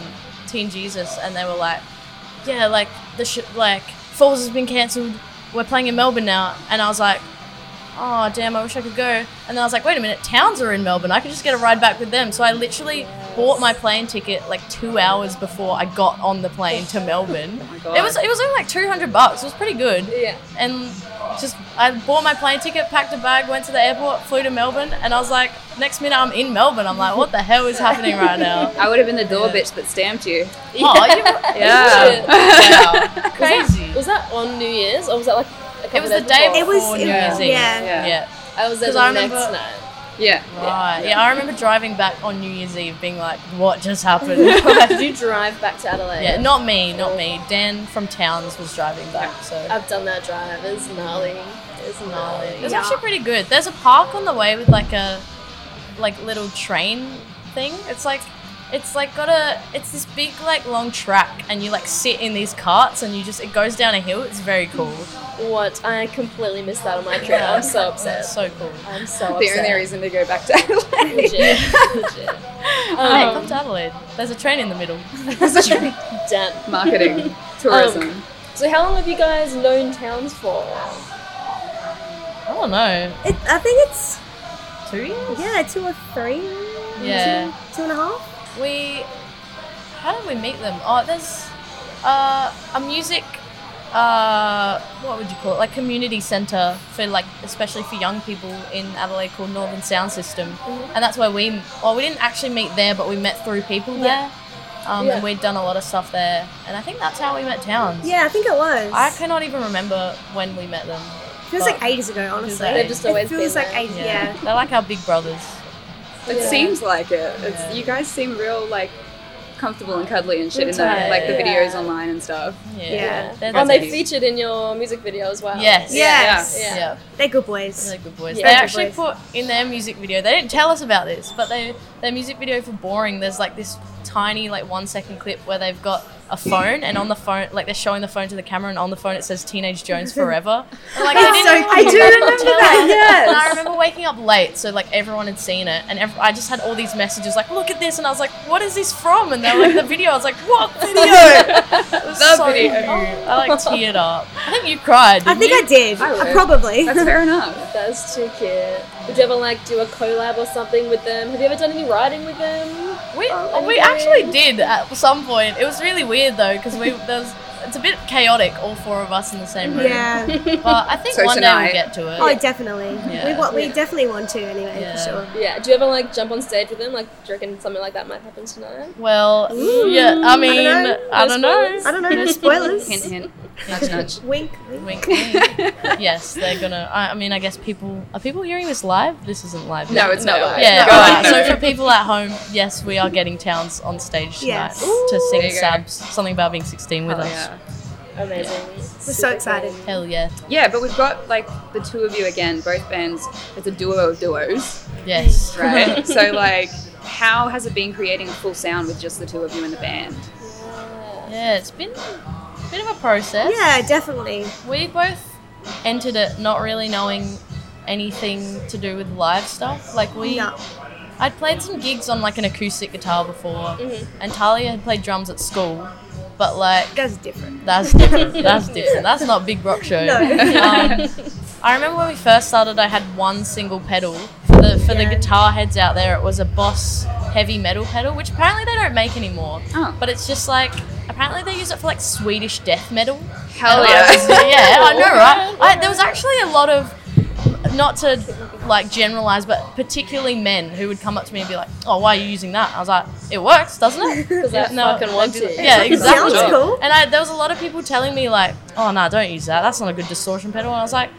Speaker 5: Teen Jesus and they were like, yeah, like the sh- like Falls has been cancelled. We're playing in Melbourne now, and I was like, oh damn, I wish I could go. And then I was like, wait a minute, towns are in Melbourne. I could just get a ride back with them. So I literally bought my plane ticket like two hours before I got on the plane to Melbourne.
Speaker 7: God.
Speaker 5: It was it was only like two hundred bucks. It was pretty good.
Speaker 4: Yeah.
Speaker 5: And just I bought my plane ticket, packed a bag, went to the airport, flew to Melbourne, and I was like, next minute I'm in Melbourne. I'm like, what the hell is happening right now?
Speaker 7: I would have been the door bitch that stamped you.
Speaker 5: <laughs> Oh, you,
Speaker 7: Yeah. <laughs>
Speaker 5: yeah. crazy.
Speaker 4: Was that on New Year's or was that like a couple
Speaker 5: It was the
Speaker 4: days
Speaker 5: day
Speaker 4: before?
Speaker 6: It
Speaker 5: before
Speaker 6: was-
Speaker 5: New
Speaker 6: it-
Speaker 5: Year's Eve.
Speaker 6: yeah.
Speaker 7: Yeah.
Speaker 5: yeah.
Speaker 4: I was there
Speaker 5: 'Cause
Speaker 4: the
Speaker 5: I
Speaker 4: next
Speaker 5: remember- <laughs>
Speaker 4: night.
Speaker 7: Yeah.
Speaker 5: Right. Yeah. I remember driving back on New Year's Eve being like, what just happened? <laughs> yeah,
Speaker 4: Did you drive back to Adelaide?
Speaker 5: not me, not me. Dan from Towns was driving back, so
Speaker 4: I've done that drive. It's gnarly. It's gnarly.
Speaker 5: it was
Speaker 6: Yeah.
Speaker 5: actually pretty good. There's a park on the way with like a like little train thing. It's like it's like got a it's this big like long track and you like sit in these carts and you just it goes down a hill. It's very
Speaker 4: <laughs>
Speaker 5: cool.
Speaker 4: What? I completely missed that on my trip. I'm so
Speaker 5: That's
Speaker 4: upset.
Speaker 5: so cool.
Speaker 4: I'm so <laughs> upset.
Speaker 7: The only reason to go back to <laughs>
Speaker 4: <laughs>
Speaker 7: Adelaide.
Speaker 4: Legit. Legit.
Speaker 5: hey,
Speaker 4: Um,
Speaker 5: come to Adelaide. There's a train in the middle.
Speaker 4: damn.
Speaker 7: Marketing, tourism.
Speaker 4: So how long have you guys known Towns for?
Speaker 5: I don't know.
Speaker 6: It, I think it's
Speaker 5: Two years?
Speaker 6: yeah, two or three.
Speaker 5: Yeah.
Speaker 6: Two, two and a half.
Speaker 5: we how did we meet them oh there's uh, a music uh, what would you call it like community center for like especially for young people in adelaide called northern sound system and that's where we well we didn't actually meet there but we met through people there um,
Speaker 4: Yeah.
Speaker 5: and we'd done a lot of stuff there and i think that's how we met towns
Speaker 6: Yeah, I think it was.
Speaker 5: i cannot even remember when we met them
Speaker 6: feels like ages ago, honestly.
Speaker 5: They've
Speaker 4: just
Speaker 6: It
Speaker 4: always
Speaker 6: feels
Speaker 4: been
Speaker 6: like
Speaker 4: there.
Speaker 6: ages. Yeah.
Speaker 5: they're like our big brothers
Speaker 7: It
Speaker 4: Yeah.
Speaker 7: seems like it. It's,
Speaker 5: Yeah.
Speaker 7: You guys seem real like comfortable and cuddly and shit in the
Speaker 5: Yeah.
Speaker 7: like the videos
Speaker 4: Yeah.
Speaker 7: online and stuff.
Speaker 5: yeah,
Speaker 6: Yeah.
Speaker 5: They're
Speaker 4: Oh,
Speaker 5: the
Speaker 4: and they
Speaker 5: big-
Speaker 4: featured in your music video as well.
Speaker 5: yes
Speaker 6: Yes.
Speaker 4: Yeah.
Speaker 5: yeah
Speaker 6: They're good boys. <laughs>
Speaker 5: They're good boys.
Speaker 4: Yeah,
Speaker 5: they
Speaker 6: good
Speaker 5: actually put in their music video. They didn't tell us about this, but they their music video for "Boring." There's like this tiny like one second clip where they've got a phone, and on the phone, like they're showing the phone to the camera, and on the phone it says "Teenage Jones
Speaker 6: <laughs>
Speaker 5: Forever." And, like
Speaker 6: That's so
Speaker 5: even
Speaker 6: cute. I do remember
Speaker 5: tell
Speaker 6: that,
Speaker 5: us.
Speaker 6: yes.
Speaker 5: And I remember waking up late, so like everyone had seen it, and ev- I just had all these messages like, "Look at this," and I was like, "What is this from?" And they were like, "The video." I was like, "What video?"
Speaker 6: <laughs>
Speaker 5: It was
Speaker 7: The
Speaker 5: so
Speaker 7: video.
Speaker 5: cute. I like teared up. I think you cried.
Speaker 6: I
Speaker 5: didn't
Speaker 6: think
Speaker 5: you?
Speaker 6: I did.
Speaker 7: I would.
Speaker 6: Uh, probably. <laughs>
Speaker 7: That's fair enough.
Speaker 4: That's too cute. Would you ever like do a collab or something with them? Have you ever done any writing with them?
Speaker 5: We,
Speaker 4: Oh,
Speaker 5: we
Speaker 4: okay.
Speaker 5: actually did at some point. It was really weird though because we there's it's a bit chaotic, all four of us in the same room.
Speaker 6: yeah.
Speaker 5: But I think
Speaker 7: So
Speaker 5: one
Speaker 7: tonight-
Speaker 5: day we'll get to it.
Speaker 6: Oh, definitely.
Speaker 5: Yeah.
Speaker 6: We, want, we definitely want to anyway,
Speaker 5: Yeah.
Speaker 6: for sure.
Speaker 4: Yeah. Do you ever like jump on stage with them? Like, do you reckon something like that might happen tonight?
Speaker 5: well, yeah. I mean,
Speaker 6: know.
Speaker 5: I don't know.
Speaker 6: I don't know.
Speaker 5: <laughs>
Speaker 6: No spoilers.
Speaker 7: Hint, hint. Nudge, nudge.
Speaker 6: Wink. wink.
Speaker 5: Wink, wink. yes, they're gonna. I, I mean, I guess people are people hearing this live. This isn't live.
Speaker 7: No,
Speaker 5: is it?
Speaker 7: it's not. live.
Speaker 5: yeah.
Speaker 7: No,
Speaker 5: alright,
Speaker 7: no.
Speaker 5: So for people at home, yes, we are getting Towns on stage tonight
Speaker 6: Yes.
Speaker 5: to
Speaker 7: There
Speaker 5: sing
Speaker 7: you go.
Speaker 5: Sabs something about being 16 with
Speaker 7: Hell
Speaker 5: us.
Speaker 7: yeah.
Speaker 4: Amazing.
Speaker 6: We're so excited.
Speaker 5: Hell yeah.
Speaker 7: Yeah, but we've got like the two of you again, both bands. It's a duo of duos,
Speaker 5: Yes.
Speaker 7: right? so like, how has it been creating a full sound with just the two of you in the band?
Speaker 5: Yeah, it's been a bit of a process.
Speaker 6: Yeah, definitely.
Speaker 5: We both entered it not really knowing anything to do with live stuff. Like we,
Speaker 6: No.
Speaker 5: I'd played some gigs on like an acoustic guitar before,
Speaker 6: Mm-hmm.
Speaker 5: and Talia had played drums at school, but like
Speaker 6: That's different.
Speaker 5: that's
Speaker 6: <laughs>
Speaker 5: different. That's different. That's not big rock show.
Speaker 6: No. <laughs>
Speaker 5: Um, I remember when we first started, I had one single pedal. For the, for the
Speaker 6: Yeah.
Speaker 5: guitar heads out there, it was a Boss heavy metal pedal, which apparently they don't make anymore.
Speaker 7: Oh.
Speaker 5: But it's just like, apparently they use it for like Swedish death metal.
Speaker 7: Hell
Speaker 5: And I was- Oh, <laughs> yeah, I know, right? I, there was actually a lot of, not to like generalize, but particularly men who would come up to me and be like, "Oh, why are you using that?" I was like, "It works, doesn't it?"
Speaker 4: Because I fucking want to.
Speaker 5: Yeah, exactly.
Speaker 6: Sounds cool.
Speaker 5: And I, there was a lot of people telling me like, "Oh no, don't use that. That's not a good distortion pedal." And I was like,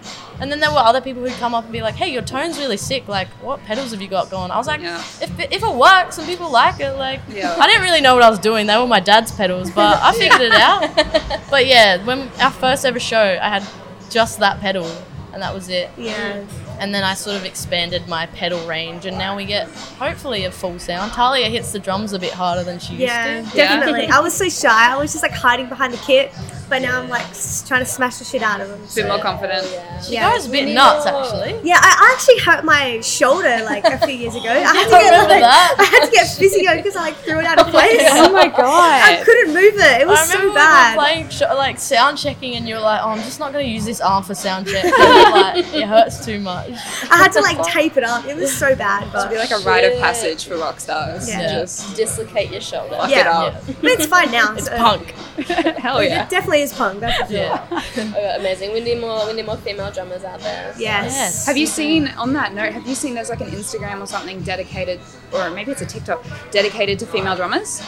Speaker 5: and then there were other people who'd come up and be like, "Hey, your tone's really sick. Like, what pedals have you got going?" I was like,
Speaker 7: Yeah.
Speaker 5: "If if it works and people like it, like."
Speaker 7: Yeah.
Speaker 5: I didn't really know what I was doing. They were my dad's pedals, but
Speaker 7: <laughs>
Speaker 5: I figured it out. But yeah, when our first ever show, I had just that pedal, and that was it.
Speaker 6: Yeah.
Speaker 5: And then I sort of expanded my pedal range, and now we get hopefully a full sound. Talia hits the drums a bit harder than she used
Speaker 6: Yeah,
Speaker 5: to.
Speaker 7: Yeah.
Speaker 6: definitely. I was so shy. I was just like hiding behind the kit. but now I'm like s- trying to smash the shit out of them.
Speaker 7: A <laughs> bit more confident.
Speaker 5: She
Speaker 6: Yeah.
Speaker 5: goes a bit nuts, actually.
Speaker 6: Yeah, I I actually hurt my shoulder like a few years ago. I
Speaker 5: <laughs>
Speaker 6: had to
Speaker 5: I
Speaker 6: get
Speaker 5: remember
Speaker 6: like,
Speaker 5: that.
Speaker 6: I had to get physio because I like threw it
Speaker 5: <laughs>
Speaker 6: out of place.
Speaker 5: Oh
Speaker 2: my
Speaker 6: I
Speaker 2: god.
Speaker 6: couldn't move it. It was
Speaker 5: I remember
Speaker 6: so
Speaker 5: when we were
Speaker 6: bad.
Speaker 5: playing sh- like sound checking, and you were like, "Oh, I'm just not going to use this arm for sound check. <laughs> like, it hurts too much."
Speaker 6: I had to like tape it up. It was
Speaker 5: <laughs>
Speaker 6: so bad,
Speaker 7: It'd be
Speaker 6: but
Speaker 7: like a rite of passage for rock stars.
Speaker 6: Yeah.
Speaker 5: Yeah.
Speaker 7: Just
Speaker 4: Dislocate your shoulder.
Speaker 7: fuck it
Speaker 6: Yeah.
Speaker 7: up.
Speaker 6: but it's fine now.
Speaker 5: <laughs> It's
Speaker 6: so-
Speaker 5: punk.
Speaker 7: <laughs> Hell yeah.
Speaker 6: It definitely is punk. That's for sure.
Speaker 5: Yeah.
Speaker 4: Oh, amazing. We need more. We need more female drummers out there.
Speaker 6: Yes.
Speaker 5: Yes.
Speaker 7: Have you seen, on that note, have you seen there's like an Instagram or something dedicated, or maybe it's a TikTok, dedicated to female drummers?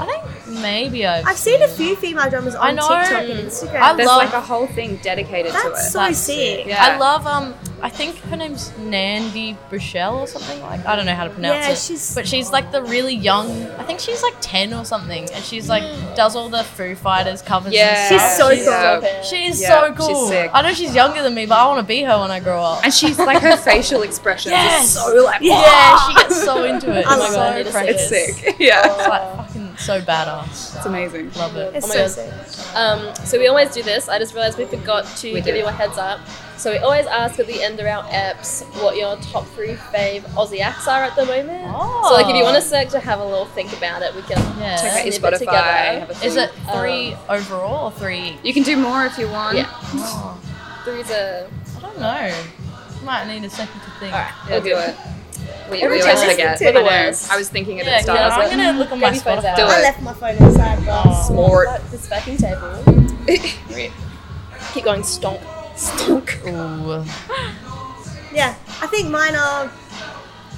Speaker 5: I think maybe I've.
Speaker 6: I've seen a few female drummers on
Speaker 5: I know.
Speaker 6: TikTok and Instagram.
Speaker 5: I
Speaker 7: There's
Speaker 5: love-
Speaker 7: like a whole thing dedicated
Speaker 6: That's
Speaker 7: to
Speaker 6: so
Speaker 7: it.
Speaker 5: That's
Speaker 6: sick.
Speaker 7: Yeah.
Speaker 5: I love um. I think her name's Nandy Bushell or something like. I don't know how to pronounce
Speaker 6: Yeah,
Speaker 5: it.
Speaker 6: she's-
Speaker 5: But she's like the really young. I think she's like ten or something, and she's like does all the Foo Fighters covers.
Speaker 7: Mm. Yeah. uh,
Speaker 5: and
Speaker 6: She's so
Speaker 5: stuff.
Speaker 6: cool.
Speaker 7: yeah.
Speaker 5: She's
Speaker 7: Yeah,
Speaker 5: so cool.
Speaker 7: she's sick.
Speaker 5: I know she's younger than me, but I want to be her when I grow up.
Speaker 7: And she's like, her facial expressions
Speaker 5: Yes.
Speaker 7: are so like,
Speaker 5: Yeah, she gets
Speaker 6: <laughs>
Speaker 5: so into it.
Speaker 6: I
Speaker 5: oh my
Speaker 6: love
Speaker 5: god,
Speaker 6: it.
Speaker 5: it's
Speaker 7: it's
Speaker 5: precious.
Speaker 7: sick. <laughs> Yeah.
Speaker 5: It's like fucking so badass.
Speaker 7: It's amazing.
Speaker 5: Love it.
Speaker 6: It's
Speaker 4: Oh my
Speaker 6: so
Speaker 4: God.
Speaker 6: sick.
Speaker 4: Um, so we always do this. I just realized we forgot to
Speaker 7: We
Speaker 4: give
Speaker 7: did.
Speaker 4: you a heads up. So we always ask at the end of our apps what your top three fave Aussie acts are at the moment.
Speaker 6: Oh.
Speaker 4: So like if you want to search or have a little think about it, we can
Speaker 5: Oh. Yeah.
Speaker 4: check
Speaker 5: Check
Speaker 4: out
Speaker 5: out
Speaker 7: Okay,
Speaker 4: snip it together.
Speaker 7: Spotify.
Speaker 5: Is it
Speaker 4: Um,
Speaker 5: three overall or three?
Speaker 7: You can do more if you want.
Speaker 4: Yeah.
Speaker 5: Oh,
Speaker 4: Three's a
Speaker 5: I don't know. Might need a second to think.
Speaker 4: alright.
Speaker 7: Yeah,
Speaker 4: we'll
Speaker 7: do it. We, we
Speaker 4: time
Speaker 7: always
Speaker 4: I listen
Speaker 7: forget.
Speaker 6: to it,
Speaker 7: I, know.
Speaker 4: otherwise-
Speaker 7: I was thinking it
Speaker 5: Yeah,
Speaker 7: at the start.
Speaker 5: yeah,
Speaker 7: I was
Speaker 5: I'm gonna look on my
Speaker 4: Baby phone's
Speaker 5: Spotify.
Speaker 4: out.
Speaker 7: Do it.
Speaker 6: I left my phone inside,
Speaker 5: Oh.
Speaker 6: guys.
Speaker 7: Snort. <laughs>
Speaker 4: Fuck This fucking table.
Speaker 7: like,
Speaker 4: Keep going. Stonk. Stonk.
Speaker 5: Ooh.
Speaker 6: Yeah, I think mine are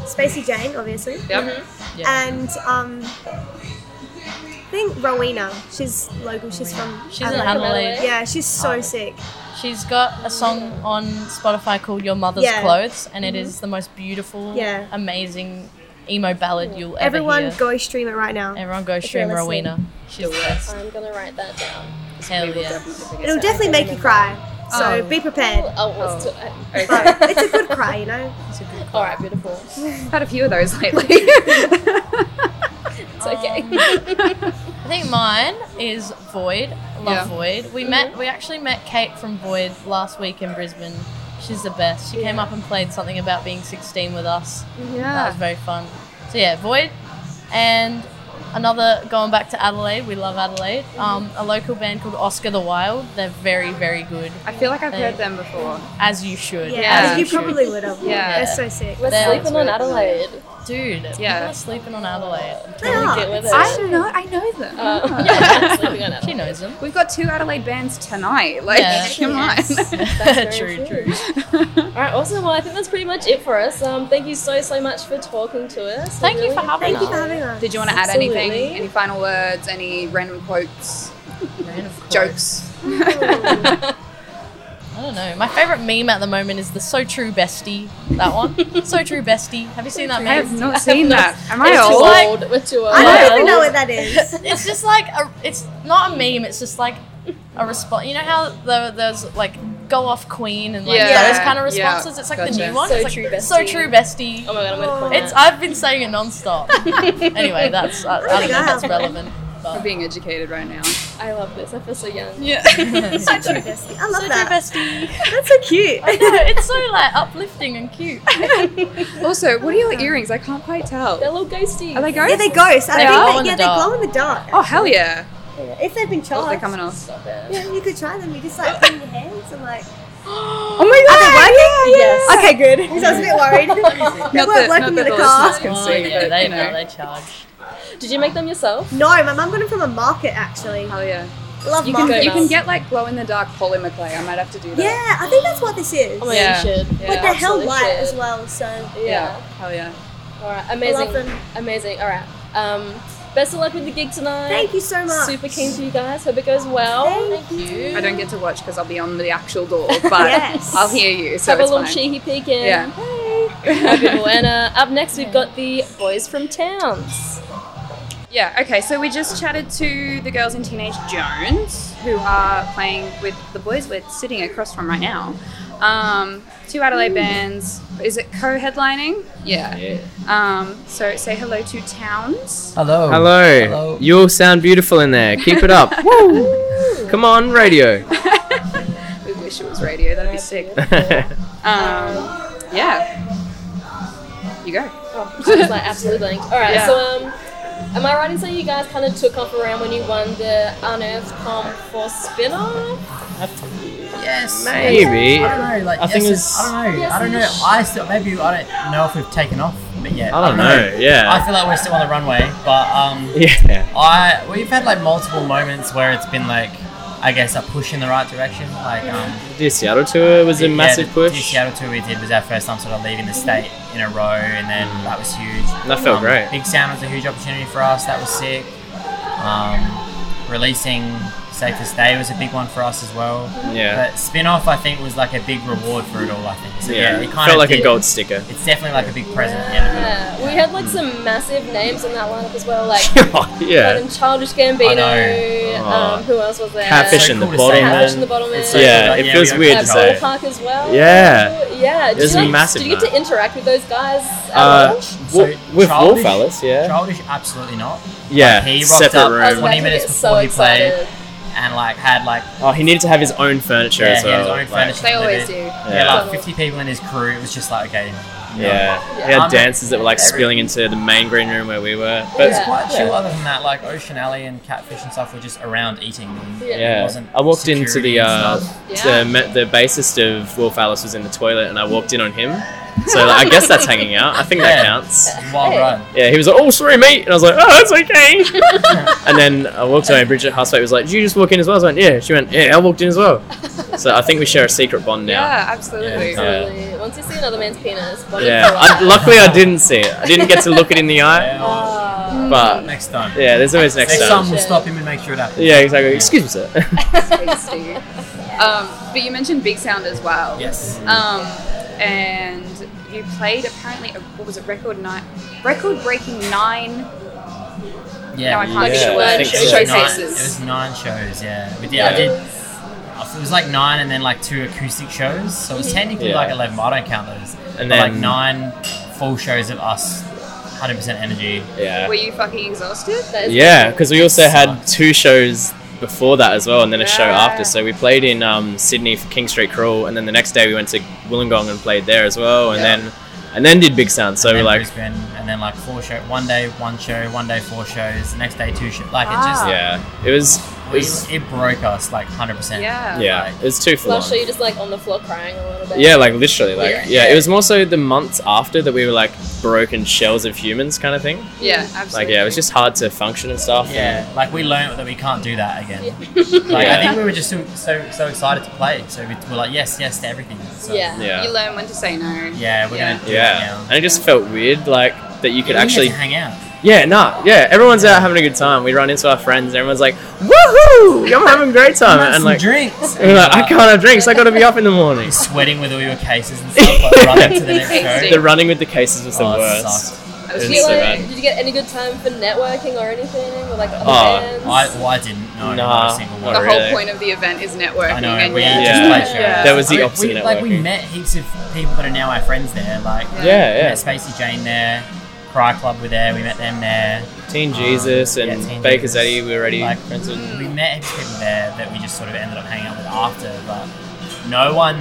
Speaker 6: Spacey Jane, obviously,
Speaker 7: yep.
Speaker 5: Yeah.
Speaker 6: and um, I think Rowena. She's local. She's from.
Speaker 5: She's in Oh.
Speaker 6: Adelaide.
Speaker 5: Adelaide.
Speaker 6: Yeah, she's so sick.
Speaker 5: She's got a song on Spotify called Your Mother's
Speaker 6: Yeah. Mm-hmm.
Speaker 5: Clothes, and it is the most beautiful,
Speaker 6: Yeah.
Speaker 5: amazing emo ballad you'll ever
Speaker 6: Everyone,
Speaker 5: hear.
Speaker 6: go stream it right now.
Speaker 5: Everyone go stream
Speaker 4: listening.
Speaker 5: Rowena. She's the best.
Speaker 4: I'm gonna write that down.
Speaker 5: Hell
Speaker 7: We will
Speaker 5: yeah.
Speaker 7: definitely figure
Speaker 6: It'll
Speaker 7: it
Speaker 6: definitely make you cry, so
Speaker 5: Oh. <laughs>
Speaker 6: be prepared.
Speaker 4: Oh, what's
Speaker 7: Oh.
Speaker 4: to- I-
Speaker 7: out. Okay.
Speaker 6: But it's a good cry, you know.
Speaker 5: It's a good
Speaker 4: all right, beautiful.
Speaker 7: I've had a few of those <laughs> lately.
Speaker 4: It's okay.
Speaker 5: Um, I think mine is Void. Love
Speaker 7: Yeah.
Speaker 5: Void. We met. We actually met Kate from Void last week in Brisbane. She's the best. She came up and played something about being 16 with us. That was
Speaker 7: yeah.
Speaker 5: very fun. So yeah, Void, and another going back to Adelaide. We love Adelaide. Um, a local band called Oscar the Wild. They're very very good,
Speaker 7: I feel like I've heard them before.
Speaker 5: as you should.
Speaker 6: Yeah,
Speaker 7: Yeah.
Speaker 5: as
Speaker 6: you
Speaker 5: should.
Speaker 6: probably would have.
Speaker 7: Yeah.
Speaker 6: they're so sick.
Speaker 4: We're
Speaker 5: That
Speaker 4: sleeping
Speaker 7: was
Speaker 4: on
Speaker 7: really
Speaker 4: Adelaide.
Speaker 5: dude.
Speaker 7: Yeah.
Speaker 5: people are sleeping on Adelaide.
Speaker 6: They are.
Speaker 4: Get with
Speaker 6: It's
Speaker 4: it.
Speaker 6: so
Speaker 7: I know, I know them.
Speaker 4: Uh,
Speaker 7: Yeah.
Speaker 4: <laughs> yeah,
Speaker 5: <laughs>
Speaker 4: sleeping on
Speaker 5: She
Speaker 4: Adelaide.
Speaker 5: knows them.
Speaker 7: We've got two Adelaide bands tonight. Like,
Speaker 5: Yeah.
Speaker 7: <laughs> come on.
Speaker 5: <laughs>
Speaker 4: That's very
Speaker 5: true,
Speaker 4: true.
Speaker 5: true.
Speaker 4: <laughs> All right, awesome. Well, I think that's pretty much it for us. Um, thank you so, so much for talking to us.
Speaker 5: Thank you for having
Speaker 6: Thank you
Speaker 5: us.
Speaker 6: for having us.
Speaker 7: Did you want to add anything?
Speaker 4: Absolutely.
Speaker 7: Any final words? Any random quotes?
Speaker 5: Man, of course.
Speaker 7: Jokes?
Speaker 5: I don't know. My favorite meme at the moment is the "So True Bestie." That
Speaker 7: <laughs>
Speaker 5: one, "So True Bestie." Have you seen that
Speaker 7: I have
Speaker 5: meme? <laughs>
Speaker 7: not seen that. Am I
Speaker 4: We're too
Speaker 7: old?
Speaker 5: like-
Speaker 4: old. We're too old.
Speaker 6: I
Speaker 5: Yeah.
Speaker 6: don't even know what
Speaker 5: <laughs>
Speaker 6: that is.
Speaker 5: It's just like a, it's not a meme. It's just like a response. You know how there, there's like "Go off Queen" and like
Speaker 7: Yeah.
Speaker 5: those kind of
Speaker 7: Yeah.
Speaker 5: responses. It's like the
Speaker 7: Gotcha.
Speaker 5: new one.
Speaker 4: So
Speaker 5: it's like,
Speaker 4: true bestie.
Speaker 5: So true bestie.
Speaker 4: Oh my god, I'm gonna call
Speaker 5: It's
Speaker 4: that.
Speaker 5: I've been saying it
Speaker 7: <laughs>
Speaker 5: nonstop. anyway, that's I, I don't know if that's relevant.
Speaker 7: I'm
Speaker 5: But.
Speaker 7: being educated right now.
Speaker 4: I love this. I feel so young.
Speaker 7: Yeah.
Speaker 6: So true, bestie. I love
Speaker 5: So true
Speaker 6: that.
Speaker 5: bestie.
Speaker 6: That's so cute.
Speaker 5: I know, <laughs> it's so like uplifting and cute.
Speaker 7: <laughs> also, what are your earrings? I can't quite tell.
Speaker 4: They're little ghosty.
Speaker 7: Are they
Speaker 6: Yeah,
Speaker 7: ghosts?
Speaker 6: they're ghosts. I
Speaker 7: They
Speaker 5: are?
Speaker 6: think
Speaker 5: Glow
Speaker 6: they,
Speaker 5: in
Speaker 6: yeah,
Speaker 5: the
Speaker 6: they
Speaker 5: dark.
Speaker 6: glow in the dark.
Speaker 7: Oh hell yeah!
Speaker 6: If they've been
Speaker 7: Oh,
Speaker 6: charged,
Speaker 7: they're coming off.
Speaker 6: yeah, you could try them. You just like put in your hands and like. <laughs>
Speaker 7: Oh my god!
Speaker 4: Yes.
Speaker 6: Okay, good. <laughs> Because I was a bit worried. they
Speaker 7: <laughs>
Speaker 6: weren't
Speaker 7: Not
Speaker 6: working
Speaker 7: that, not that
Speaker 6: in
Speaker 7: the
Speaker 6: the car.
Speaker 7: listeners
Speaker 5: <laughs>
Speaker 7: can
Speaker 5: Oh,
Speaker 7: see,
Speaker 5: yeah,
Speaker 7: but
Speaker 5: they
Speaker 7: you know.
Speaker 5: know they charge.
Speaker 4: Did you make them yourself?
Speaker 6: No, my mum got them from a market actually.
Speaker 7: Hell yeah!
Speaker 6: Love
Speaker 7: You can,
Speaker 6: market.
Speaker 7: you
Speaker 4: Markers.
Speaker 7: can get like glow in the dark polymer clay. I might have to do that.
Speaker 6: Yeah, I think that's what this is.
Speaker 4: Oh my
Speaker 7: Yeah.
Speaker 4: god, you should.
Speaker 7: Yeah.
Speaker 6: but they're hell
Speaker 4: absolutely
Speaker 6: light
Speaker 4: should.
Speaker 6: as well, so
Speaker 4: Yeah.
Speaker 7: Yeah. Hell yeah!
Speaker 4: All right.
Speaker 6: I
Speaker 4: Amazing.
Speaker 6: love them.
Speaker 4: Amazing. All right. Um, best of luck with the gig tonight.
Speaker 6: Thank you so much.
Speaker 4: Super keen for you guys. Hope it goes well.
Speaker 6: Thank you.
Speaker 7: I don't get to watch because I'll be on the actual door,
Speaker 4: <laughs>
Speaker 7: but
Speaker 6: Yes.
Speaker 7: I'll hear you. So
Speaker 4: Have a
Speaker 7: it's
Speaker 4: little
Speaker 7: fine.
Speaker 4: cheeky peek in.
Speaker 7: Yeah.
Speaker 4: Hi, people. and uh, up next, we've got the boys from Towns.
Speaker 7: <laughs> Yeah, okay, so we just chatted to the girls in Teenage Jones who are playing with the boys we're sitting across from right now. Um, two Adelaide bands. Is it co headlining? Yeah. Um, so say hello to Towns.
Speaker 8: Hello.
Speaker 9: Hello.
Speaker 8: Oh. Hello. <laughs>
Speaker 9: You all sound beautiful in there. Keep it up.
Speaker 2: Come on, radio. <laughs>
Speaker 7: We wish it was radio. That'd be sick. Um, yeah. You go.
Speaker 4: Oh, she was like absolutely blank. All right,
Speaker 7: Yeah.
Speaker 4: so um, am I right in saying you guys kind of took off around when you won the Unearthed Comp for spin-off?
Speaker 8: Yes.
Speaker 2: Maybe.
Speaker 8: I don't know. Like,
Speaker 9: I think
Speaker 8: yes,
Speaker 9: it's-
Speaker 8: I don't know. I don't know. I still maybe I don't know if we've taken off, but yeah.
Speaker 2: I don't know.
Speaker 8: I
Speaker 2: Yeah.
Speaker 8: feel like we're still on the runway, but um,
Speaker 2: <laughs> Yeah.
Speaker 8: I we've had like multiple moments where it's been like, I guess a push in the right direction. Like um,
Speaker 2: The Seattle tour was a
Speaker 8: yeah,
Speaker 2: massive
Speaker 8: the- The
Speaker 2: push.
Speaker 8: Seattle tour we did was our first time sort of leaving the state in a row, and then that was huge. Um,
Speaker 2: That felt great.
Speaker 8: Big Sound was a huge opportunity for us. That was sick. Um, releasing Safe to Stay was a big one for us as well.
Speaker 2: Yeah.
Speaker 8: But spin off, I think, was like a big reward for it all. I think. So,
Speaker 2: Yeah.
Speaker 8: yeah, it
Speaker 2: Felt
Speaker 8: kind of
Speaker 2: like a
Speaker 8: did-
Speaker 2: gold sticker. <laughs>
Speaker 8: It's definitely like a big present. Yeah.
Speaker 4: Yeah, we had like some massive names in that lineup as well, like
Speaker 2: <laughs> yeah.
Speaker 4: Adam Childish Gambino.
Speaker 2: know.
Speaker 4: Um, who else was there?
Speaker 2: Catfish in the
Speaker 8: cool to say.
Speaker 2: bottom.
Speaker 4: Catfish in the bottom.
Speaker 8: It's
Speaker 4: end.
Speaker 8: so
Speaker 2: Yeah,
Speaker 8: cool that,
Speaker 2: it feels
Speaker 8: we
Speaker 2: weird
Speaker 4: Uh,
Speaker 2: to
Speaker 8: opened
Speaker 4: Paul
Speaker 2: say.
Speaker 8: up.
Speaker 4: Park as well.
Speaker 2: Yeah.
Speaker 4: Yeah. Did
Speaker 2: This
Speaker 4: you,
Speaker 2: is
Speaker 4: like,
Speaker 2: massive,
Speaker 4: Did you get to
Speaker 2: man.
Speaker 4: interact with those guys at
Speaker 2: Uh,
Speaker 4: all?
Speaker 2: w-
Speaker 8: So,
Speaker 2: with
Speaker 8: Childish-
Speaker 2: Wolf Alice, yeah.
Speaker 8: Childish, absolutely not.
Speaker 2: Yeah.
Speaker 8: He rocked
Speaker 2: Separate
Speaker 8: up.
Speaker 4: I was
Speaker 2: room.
Speaker 4: about
Speaker 8: 20
Speaker 4: to
Speaker 8: minutes
Speaker 4: get so
Speaker 8: before we played.
Speaker 4: excited.
Speaker 8: And like had like
Speaker 2: Oh, he needed to have his own furniture
Speaker 8: yeah,
Speaker 2: as
Speaker 8: he had his
Speaker 2: well.
Speaker 8: own
Speaker 2: like-
Speaker 8: furniture.
Speaker 7: They always
Speaker 8: delivered.
Speaker 7: do.
Speaker 8: Yeah,
Speaker 2: Yeah.
Speaker 8: like 50 people in his crew. It was just like, okay. no.
Speaker 2: Yeah.
Speaker 4: Yeah.
Speaker 2: He had
Speaker 8: I'm-
Speaker 2: dances that were like spilling into the main green room where we were. But
Speaker 8: It was quite
Speaker 2: yeah.
Speaker 8: chill other than that. Like Ocean Alley and Catfish and stuff were just around eating. and
Speaker 4: Yeah.
Speaker 8: it
Speaker 2: Yeah,
Speaker 8: wasn't
Speaker 2: I walked into
Speaker 8: security
Speaker 2: the
Speaker 8: and
Speaker 2: uh,
Speaker 8: stuff.
Speaker 7: Yeah.
Speaker 2: the ma- the bassist of Wolf Alice was in the toilet, and I walked in on him. So like, I guess that's hanging out. I think that
Speaker 8: Yeah.
Speaker 2: counts.
Speaker 8: Wild
Speaker 4: Hey.
Speaker 8: run.
Speaker 2: Yeah, he was like, "Oh, sorry, mate," and I was like, "Oh, it's okay." and then I walked away, and Bridget Housewaite was like, "Did you just walk in as well?" I was like, "Yeah." She went, "Yeah, I walked in as well." So I think we share a secret bond now.
Speaker 7: Yeah, absolutely.
Speaker 2: Yeah.
Speaker 4: Absolutely. Once you see another man's penis, body
Speaker 2: Yeah.
Speaker 4: for a
Speaker 2: I,
Speaker 4: while.
Speaker 2: luckily, I didn't see it. I didn't get to look it in the eye,
Speaker 8: Yeah, well,
Speaker 4: Ah.
Speaker 2: but
Speaker 8: next time.
Speaker 2: yeah, there's always next
Speaker 8: Next
Speaker 2: time.
Speaker 8: time we'll stop him and make sure it happens.
Speaker 2: Yeah, exactly. Excuse me, sir. <laughs>
Speaker 7: Tasty. um, but you mentioned Big Sound as well.
Speaker 8: Yes.
Speaker 7: Um, and you played apparently a, what was it record night record breaking nine
Speaker 8: Yeah.
Speaker 7: no I can't think
Speaker 2: Yeah,
Speaker 7: of the
Speaker 2: I
Speaker 7: word
Speaker 2: think so.
Speaker 8: It was nine- It
Speaker 7: showcases
Speaker 8: was nine shows. Yeah, we did.
Speaker 2: Yeah.
Speaker 8: I did. It was like nine and then like two acoustic shows, so it was technically
Speaker 2: Yeah.
Speaker 8: like eleven. But I don't count those.
Speaker 2: And
Speaker 8: But, like
Speaker 2: then-
Speaker 8: nine full shows of us, hundred percent energy.
Speaker 2: Yeah.
Speaker 7: were you fucking exhausted
Speaker 4: That is
Speaker 2: Yeah,
Speaker 4: cool.
Speaker 2: because we also had two shows before that as well, and then a show
Speaker 7: Yeah.
Speaker 2: after. So we played in um, Sydney for King Street Crawl, and then the next day we went to Wollongong and played there as well, and
Speaker 7: Yeah.
Speaker 2: then and then did Big Sound. So
Speaker 8: and
Speaker 2: we're
Speaker 8: then
Speaker 2: like,
Speaker 8: Brisbane, and then like four show, one day one show, one day four shows, the next day two shows. Like
Speaker 7: Wow.
Speaker 2: yeah, it was, it was
Speaker 8: it just, we, it broke us like hundred percent.
Speaker 7: yeah
Speaker 2: yeah, it was too full.
Speaker 4: Last
Speaker 2: on.
Speaker 4: show, you're just like on the floor crying a little bit.
Speaker 2: Yeah, like literally, like
Speaker 7: Yeah.
Speaker 2: yeah. It was more so the months after that we were like broken shells of humans, kind of thing.
Speaker 7: yeah
Speaker 2: Like
Speaker 7: absolutely
Speaker 2: yeah, it was just hard to function and stuff.
Speaker 8: Yeah, like we learned that we can't do that again. Like
Speaker 2: Yeah.
Speaker 8: I think we were just so so, so excited to play, so we were like yes, yes to everything. So,
Speaker 4: Yeah.
Speaker 2: Yeah.
Speaker 7: you learn when to say no
Speaker 8: yeah, we're
Speaker 7: Yeah.
Speaker 8: gonna do
Speaker 2: yeah,
Speaker 8: it now.
Speaker 2: and it just felt weird, like that you could
Speaker 8: We
Speaker 2: actually
Speaker 8: get to hang out.
Speaker 2: Yeah, nah, yeah. Everyone's out having a good time. We run into our friends, and everyone's like, "Woohoo! I'm having a great time!"
Speaker 8: and
Speaker 2: Oh, And like,
Speaker 8: drinks.
Speaker 2: we're like, <laughs> I
Speaker 8: Uh,
Speaker 2: can't have drinks. I got to be up in the morning.
Speaker 8: Sweating with all your cases
Speaker 2: <laughs>
Speaker 8: and stuff, like running to the next show.
Speaker 7: Tasty.
Speaker 2: the running with the cases was the
Speaker 8: Oh, it
Speaker 2: worst.
Speaker 8: sucked.
Speaker 7: I was
Speaker 2: It was
Speaker 4: Did you,
Speaker 2: so
Speaker 7: feeling
Speaker 4: like,
Speaker 2: bad.
Speaker 4: did you get any good time for networking or anything? Or like other
Speaker 2: Oh,
Speaker 4: bands?
Speaker 8: I, well, I didn't know
Speaker 2: Nah.
Speaker 8: a single
Speaker 7: the
Speaker 8: one.
Speaker 2: Not
Speaker 7: whole
Speaker 2: really.
Speaker 7: point of the event is networking
Speaker 8: I know,
Speaker 7: and
Speaker 8: we
Speaker 7: yeah.
Speaker 2: just
Speaker 8: play shows.
Speaker 7: Yeah.
Speaker 2: That was
Speaker 8: I
Speaker 2: the
Speaker 8: mean,
Speaker 2: opposite
Speaker 8: we,
Speaker 2: network.
Speaker 8: Like we met heaps of people that are now our friends there. Like
Speaker 2: yeah,
Speaker 8: we
Speaker 2: yeah.
Speaker 8: met Spacey Jane there, Cry Club were there. We met them there.
Speaker 2: Teen Jesus
Speaker 8: Um, yeah,
Speaker 2: and
Speaker 8: Teen
Speaker 2: Baker's
Speaker 8: Jesus.
Speaker 2: Eddie. We were already Mm.
Speaker 8: Like-
Speaker 2: friends with.
Speaker 8: We met heaps of people there that we just sort of ended up hanging out with after, but no one,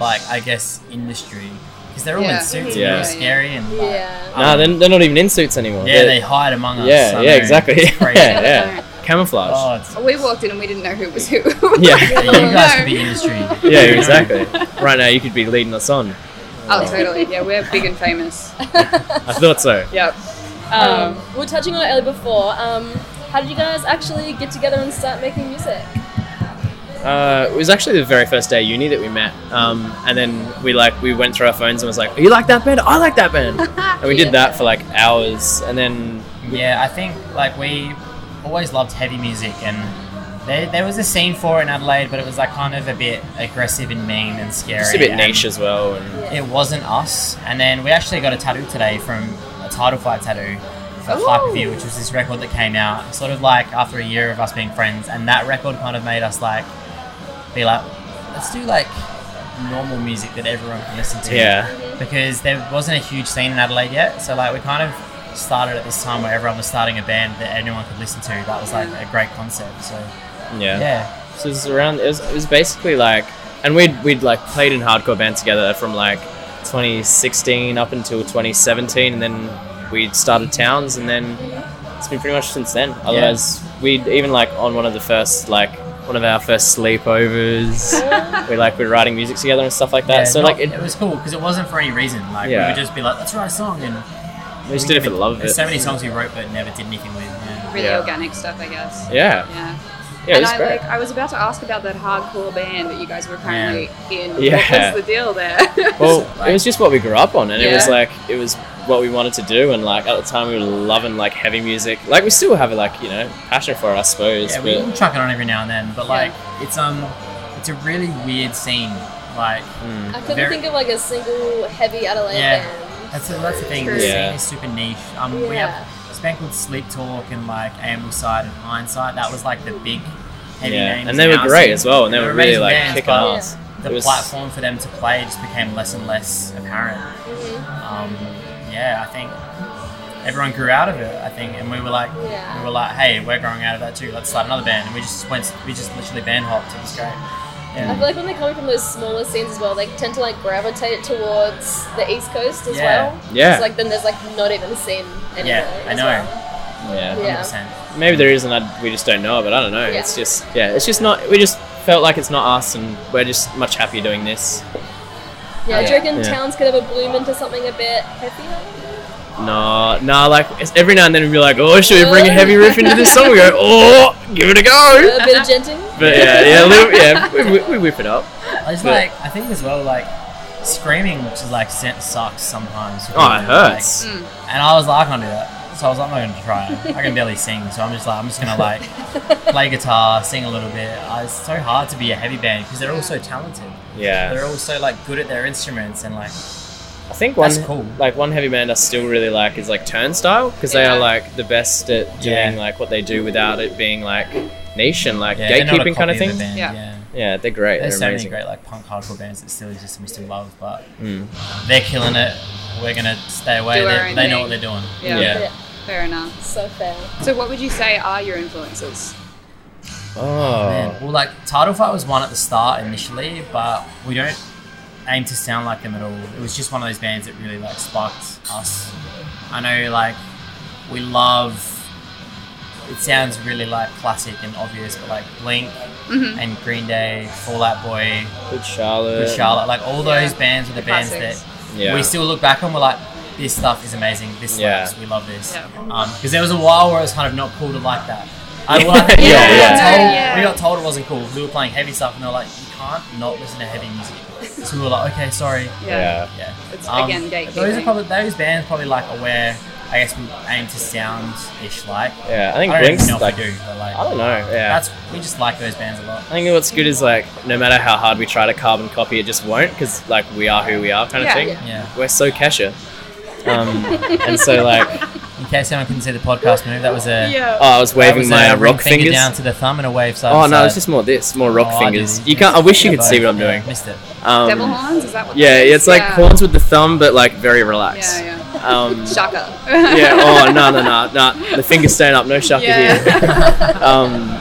Speaker 8: like I guess industry, because they're all
Speaker 7: Yeah.
Speaker 8: in suits
Speaker 2: Yeah.
Speaker 8: and they're scary and like,
Speaker 4: yeah.
Speaker 2: Nah, they're, they're not even in suits anymore.
Speaker 8: um, yeah, they hide among us.
Speaker 2: yeah,
Speaker 8: I
Speaker 2: yeah,
Speaker 8: know,
Speaker 2: exactly. <laughs>
Speaker 8: it's crazy.
Speaker 2: yeah, yeah. Camouflage.
Speaker 8: Oh, it's,
Speaker 7: we walked in and we didn't know who was who <laughs>
Speaker 2: Yeah.
Speaker 8: you guys could be industry.
Speaker 2: <laughs> Yeah,
Speaker 8: <laughs>
Speaker 2: exactly. right now, you could be leading us on.
Speaker 7: oh totally yeah we're big and famous
Speaker 2: I thought so.
Speaker 7: yep
Speaker 4: Um,
Speaker 7: um,
Speaker 4: we were touching on it earlier before. Um, how did you guys actually get together and start making music?
Speaker 2: Uh, it was actually the very first day of uni that we met, um, and then we like we went through our phones and was like, "You like that band? I like that band," and we did that for like hours, and then
Speaker 8: Yeah, I think like we always loved heavy music, and there, there was a scene for it in Adelaide, but it was like kind of a bit aggressive and mean and scary.
Speaker 2: just a bit
Speaker 8: and
Speaker 2: niche as well. And
Speaker 8: It wasn't us, and then we actually got a tattoo today from a title fight tattoo for Hyperview, which was this record that came out sort of like after a year of us being friends, and that record kind of made us like be like, let's do like normal music that everyone can listen to
Speaker 2: yeah,
Speaker 8: because there wasn't a huge scene in Adelaide yet. So like we kind of started at this time where everyone was starting a band that anyone could listen to. That was like a great concept. So
Speaker 2: Yeah.
Speaker 8: Yeah.
Speaker 2: So it was around. It was, it was basically like, and we'd we'd like played in hardcore band together from like 2016 up until 2017, and then we started towns, and then it's been pretty much since then. Otherwise, we'd even like on one of the first like one of our first sleepovers,
Speaker 8: <laughs>
Speaker 2: we like we're writing music together and stuff like that.
Speaker 8: Yeah,
Speaker 2: so
Speaker 8: not-
Speaker 2: like it,
Speaker 8: it was cool because it wasn't for any reason. Like
Speaker 2: Yeah.
Speaker 8: we would just be like, let's write a song, and
Speaker 2: we just did it for the love of it.
Speaker 8: There's so many songs we wrote but never did anything with. Yeah.
Speaker 7: Really
Speaker 2: Yeah.
Speaker 7: organic stuff, I guess.
Speaker 2: Yeah.
Speaker 7: Yeah.
Speaker 2: Yeah, it
Speaker 7: and
Speaker 2: was
Speaker 7: I
Speaker 2: great.
Speaker 7: like I was about to ask about that hardcore band that you guys were currently in.
Speaker 2: <laughs> Yeah.
Speaker 7: What was the deal there?
Speaker 2: <laughs>
Speaker 7: <laughs>
Speaker 2: Well, it was just what we grew up on, and it was
Speaker 7: Yeah.
Speaker 2: like it was what we wanted to do, and like at the time we were loving like heavy music. Like we still have like you know passion for it, I suppose.
Speaker 8: Yeah, we
Speaker 2: but
Speaker 8: can chuck it on every now and then, but like it's um, it's a really weird scene. Like
Speaker 2: mm,
Speaker 4: I couldn't
Speaker 8: Very-
Speaker 4: think of like a single heavy Adelaide
Speaker 8: Yeah.
Speaker 4: band.
Speaker 8: That's the, that's the thing.
Speaker 4: True.
Speaker 8: The
Speaker 2: Yeah.
Speaker 8: scene is super niche. Um, we
Speaker 4: Yeah.
Speaker 8: have this band called Sleep Talk and like Ambleside and Hindsight. That was like the big heavy
Speaker 2: Yeah,
Speaker 8: names.
Speaker 2: and they
Speaker 8: in
Speaker 2: were
Speaker 8: our
Speaker 2: great
Speaker 8: scene.
Speaker 2: as well, and they were really,
Speaker 8: amazing
Speaker 2: like,
Speaker 8: bands,
Speaker 2: kicking
Speaker 8: but
Speaker 2: ass.
Speaker 8: The
Speaker 2: It was-
Speaker 8: platform for them to play just became less and less apparent.
Speaker 4: Mm-hmm.
Speaker 8: Um, yeah, I think everyone grew out of it. I think, and we were like,
Speaker 4: Yeah.
Speaker 8: we were like, hey, we're growing out of that too. Let's start another band. And we just went, we just literally band hopped. It was great.
Speaker 4: I
Speaker 8: Yeah.
Speaker 4: feel like when they're coming from those smaller scenes as well, they tend to like gravitate towards the East Coast as
Speaker 8: Yeah.
Speaker 4: well.
Speaker 2: Yeah.
Speaker 4: So like then there's like not even a scene anymore.
Speaker 8: Yeah, I
Speaker 4: as
Speaker 8: know.
Speaker 4: well.
Speaker 2: yeah.
Speaker 4: Yeah.
Speaker 8: 100%.
Speaker 2: maybe there is, and I, we just don't know it. But I don't know.
Speaker 4: Yeah.
Speaker 2: It's just yeah, it's just not. We just felt like it's not us, and we're just much happier doing this.
Speaker 4: Yeah, do you reckon
Speaker 2: Yeah.
Speaker 4: towns could ever bloom into something a bit heavier?
Speaker 2: No, no, like it's, every now and then we'd be like, oh, should we bring a heavy riff into this song? We go, oh, give it a go.
Speaker 4: <laughs> a bit of genting?
Speaker 2: But yeah, yeah, a little, yeah, we, we, we whip it up.
Speaker 8: I just
Speaker 2: But-
Speaker 8: like I think as well like screaming, which is like sen- sucks sometimes.
Speaker 2: Oh, it hurts.
Speaker 8: Like, and I was like, I can't do that. So I was like, I'm not gonna try it. I can barely sing, so I'm just like, I'm just gonna
Speaker 7: <laughs>
Speaker 8: like play guitar, sing a little bit. Uh, it's so hard to be a heavy band because they're all so talented. They're
Speaker 2: Yeah,
Speaker 8: all so like good at their instruments and like
Speaker 2: I think one
Speaker 8: That's cool.
Speaker 2: like one heavy band I still really like is like Turnstile because they
Speaker 7: Yeah.
Speaker 2: are like the best at
Speaker 8: Yeah.
Speaker 2: doing like what they do without it being like niche and like
Speaker 8: yeah, they're not a
Speaker 2: gatekeeping kind
Speaker 8: copy
Speaker 2: of thing.
Speaker 8: the band,
Speaker 7: Yeah.
Speaker 8: yeah.
Speaker 2: Yeah, they're great.
Speaker 8: There's
Speaker 2: they're
Speaker 8: so
Speaker 2: amazing.
Speaker 8: many great like punk hardcore bands that still exist and we still love, but
Speaker 2: Mm.
Speaker 8: they're killing it. We're gonna stay away.
Speaker 7: Do our
Speaker 8: They,
Speaker 7: own
Speaker 8: they know
Speaker 7: thing.
Speaker 8: what they're doing.
Speaker 7: Yeah.
Speaker 2: Yeah.
Speaker 7: Fair enough.
Speaker 4: So fair.
Speaker 7: So, what would you say are your influences?
Speaker 2: Oh,
Speaker 8: Man, Well, like title fight was one at the start initially, but we don't aim to sound like them at all. It was just one of those bands that really like sparked us. I know, like we love. It sounds really like classic and obvious, but like Blink and Green Day, Fall Out Boy,
Speaker 2: good Charlotte.
Speaker 8: Good Charlotte, like all
Speaker 7: Yeah.
Speaker 8: those bands were the,
Speaker 7: The
Speaker 8: bands
Speaker 7: classics.
Speaker 8: that
Speaker 2: Yeah.
Speaker 8: we still look back on. We're like, this stuff is amazing. This
Speaker 2: Yeah.
Speaker 8: slaps. We love this.
Speaker 7: Yeah.
Speaker 8: Because there was a while where it was kind of not cool to like that.
Speaker 2: <laughs>
Speaker 8: I
Speaker 2: Yeah,
Speaker 8: like, we,
Speaker 2: yeah.
Speaker 8: Got
Speaker 7: <laughs>
Speaker 8: told,
Speaker 7: Yeah.
Speaker 8: we got told it wasn't cool. We were playing heavy stuff, and they were like, you can't not listen to heavy music. So we were like, okay, sorry.
Speaker 2: yeah.
Speaker 8: Yeah.
Speaker 7: It's, again, gatekeeping.
Speaker 8: Um, Those are probably those bands probably like aware. I guess we aim to sound ish like.
Speaker 2: Yeah, I think
Speaker 8: I don't
Speaker 2: Blink's
Speaker 8: even know
Speaker 2: like
Speaker 8: if we do, but like
Speaker 2: I don't know. Yeah,
Speaker 8: that's we just like those bands a lot.
Speaker 2: I think what's good is like no matter how hard we try to carbon copy, it just won't because like we are who we are kind of
Speaker 7: Yeah.
Speaker 2: thing.
Speaker 8: Yeah.
Speaker 2: We're
Speaker 7: <laughs>
Speaker 2: so Kesha, um, and so like
Speaker 8: In case anyone couldn't see the podcast move, that was a
Speaker 2: oh, I was
Speaker 8: that
Speaker 2: waving
Speaker 8: was
Speaker 2: my
Speaker 8: a
Speaker 2: uh,
Speaker 8: ring
Speaker 2: rock
Speaker 8: finger
Speaker 2: fingers.
Speaker 8: down to the thumb and a wave side.
Speaker 2: Oh
Speaker 8: to
Speaker 2: no,
Speaker 8: side.
Speaker 2: it's just more this, more
Speaker 8: Oh,
Speaker 2: rock
Speaker 8: I
Speaker 2: fingers.
Speaker 8: didn't.
Speaker 2: You can't. I wish you could see what I'm
Speaker 8: Yeah,
Speaker 2: doing.
Speaker 8: Missed it.
Speaker 2: Um,
Speaker 7: Devil horns? Is that what?
Speaker 2: Yeah,
Speaker 7: that is?
Speaker 2: it's like
Speaker 7: Yeah.
Speaker 2: horns with the thumb, but like very relaxed.
Speaker 7: Yeah, yeah. <laughs>
Speaker 2: Um,
Speaker 7: Shaka. <laughs>
Speaker 2: yeah. Oh no, no, no, no. The fingers staying up. No shaka
Speaker 7: Yeah. <laughs>
Speaker 2: here. um,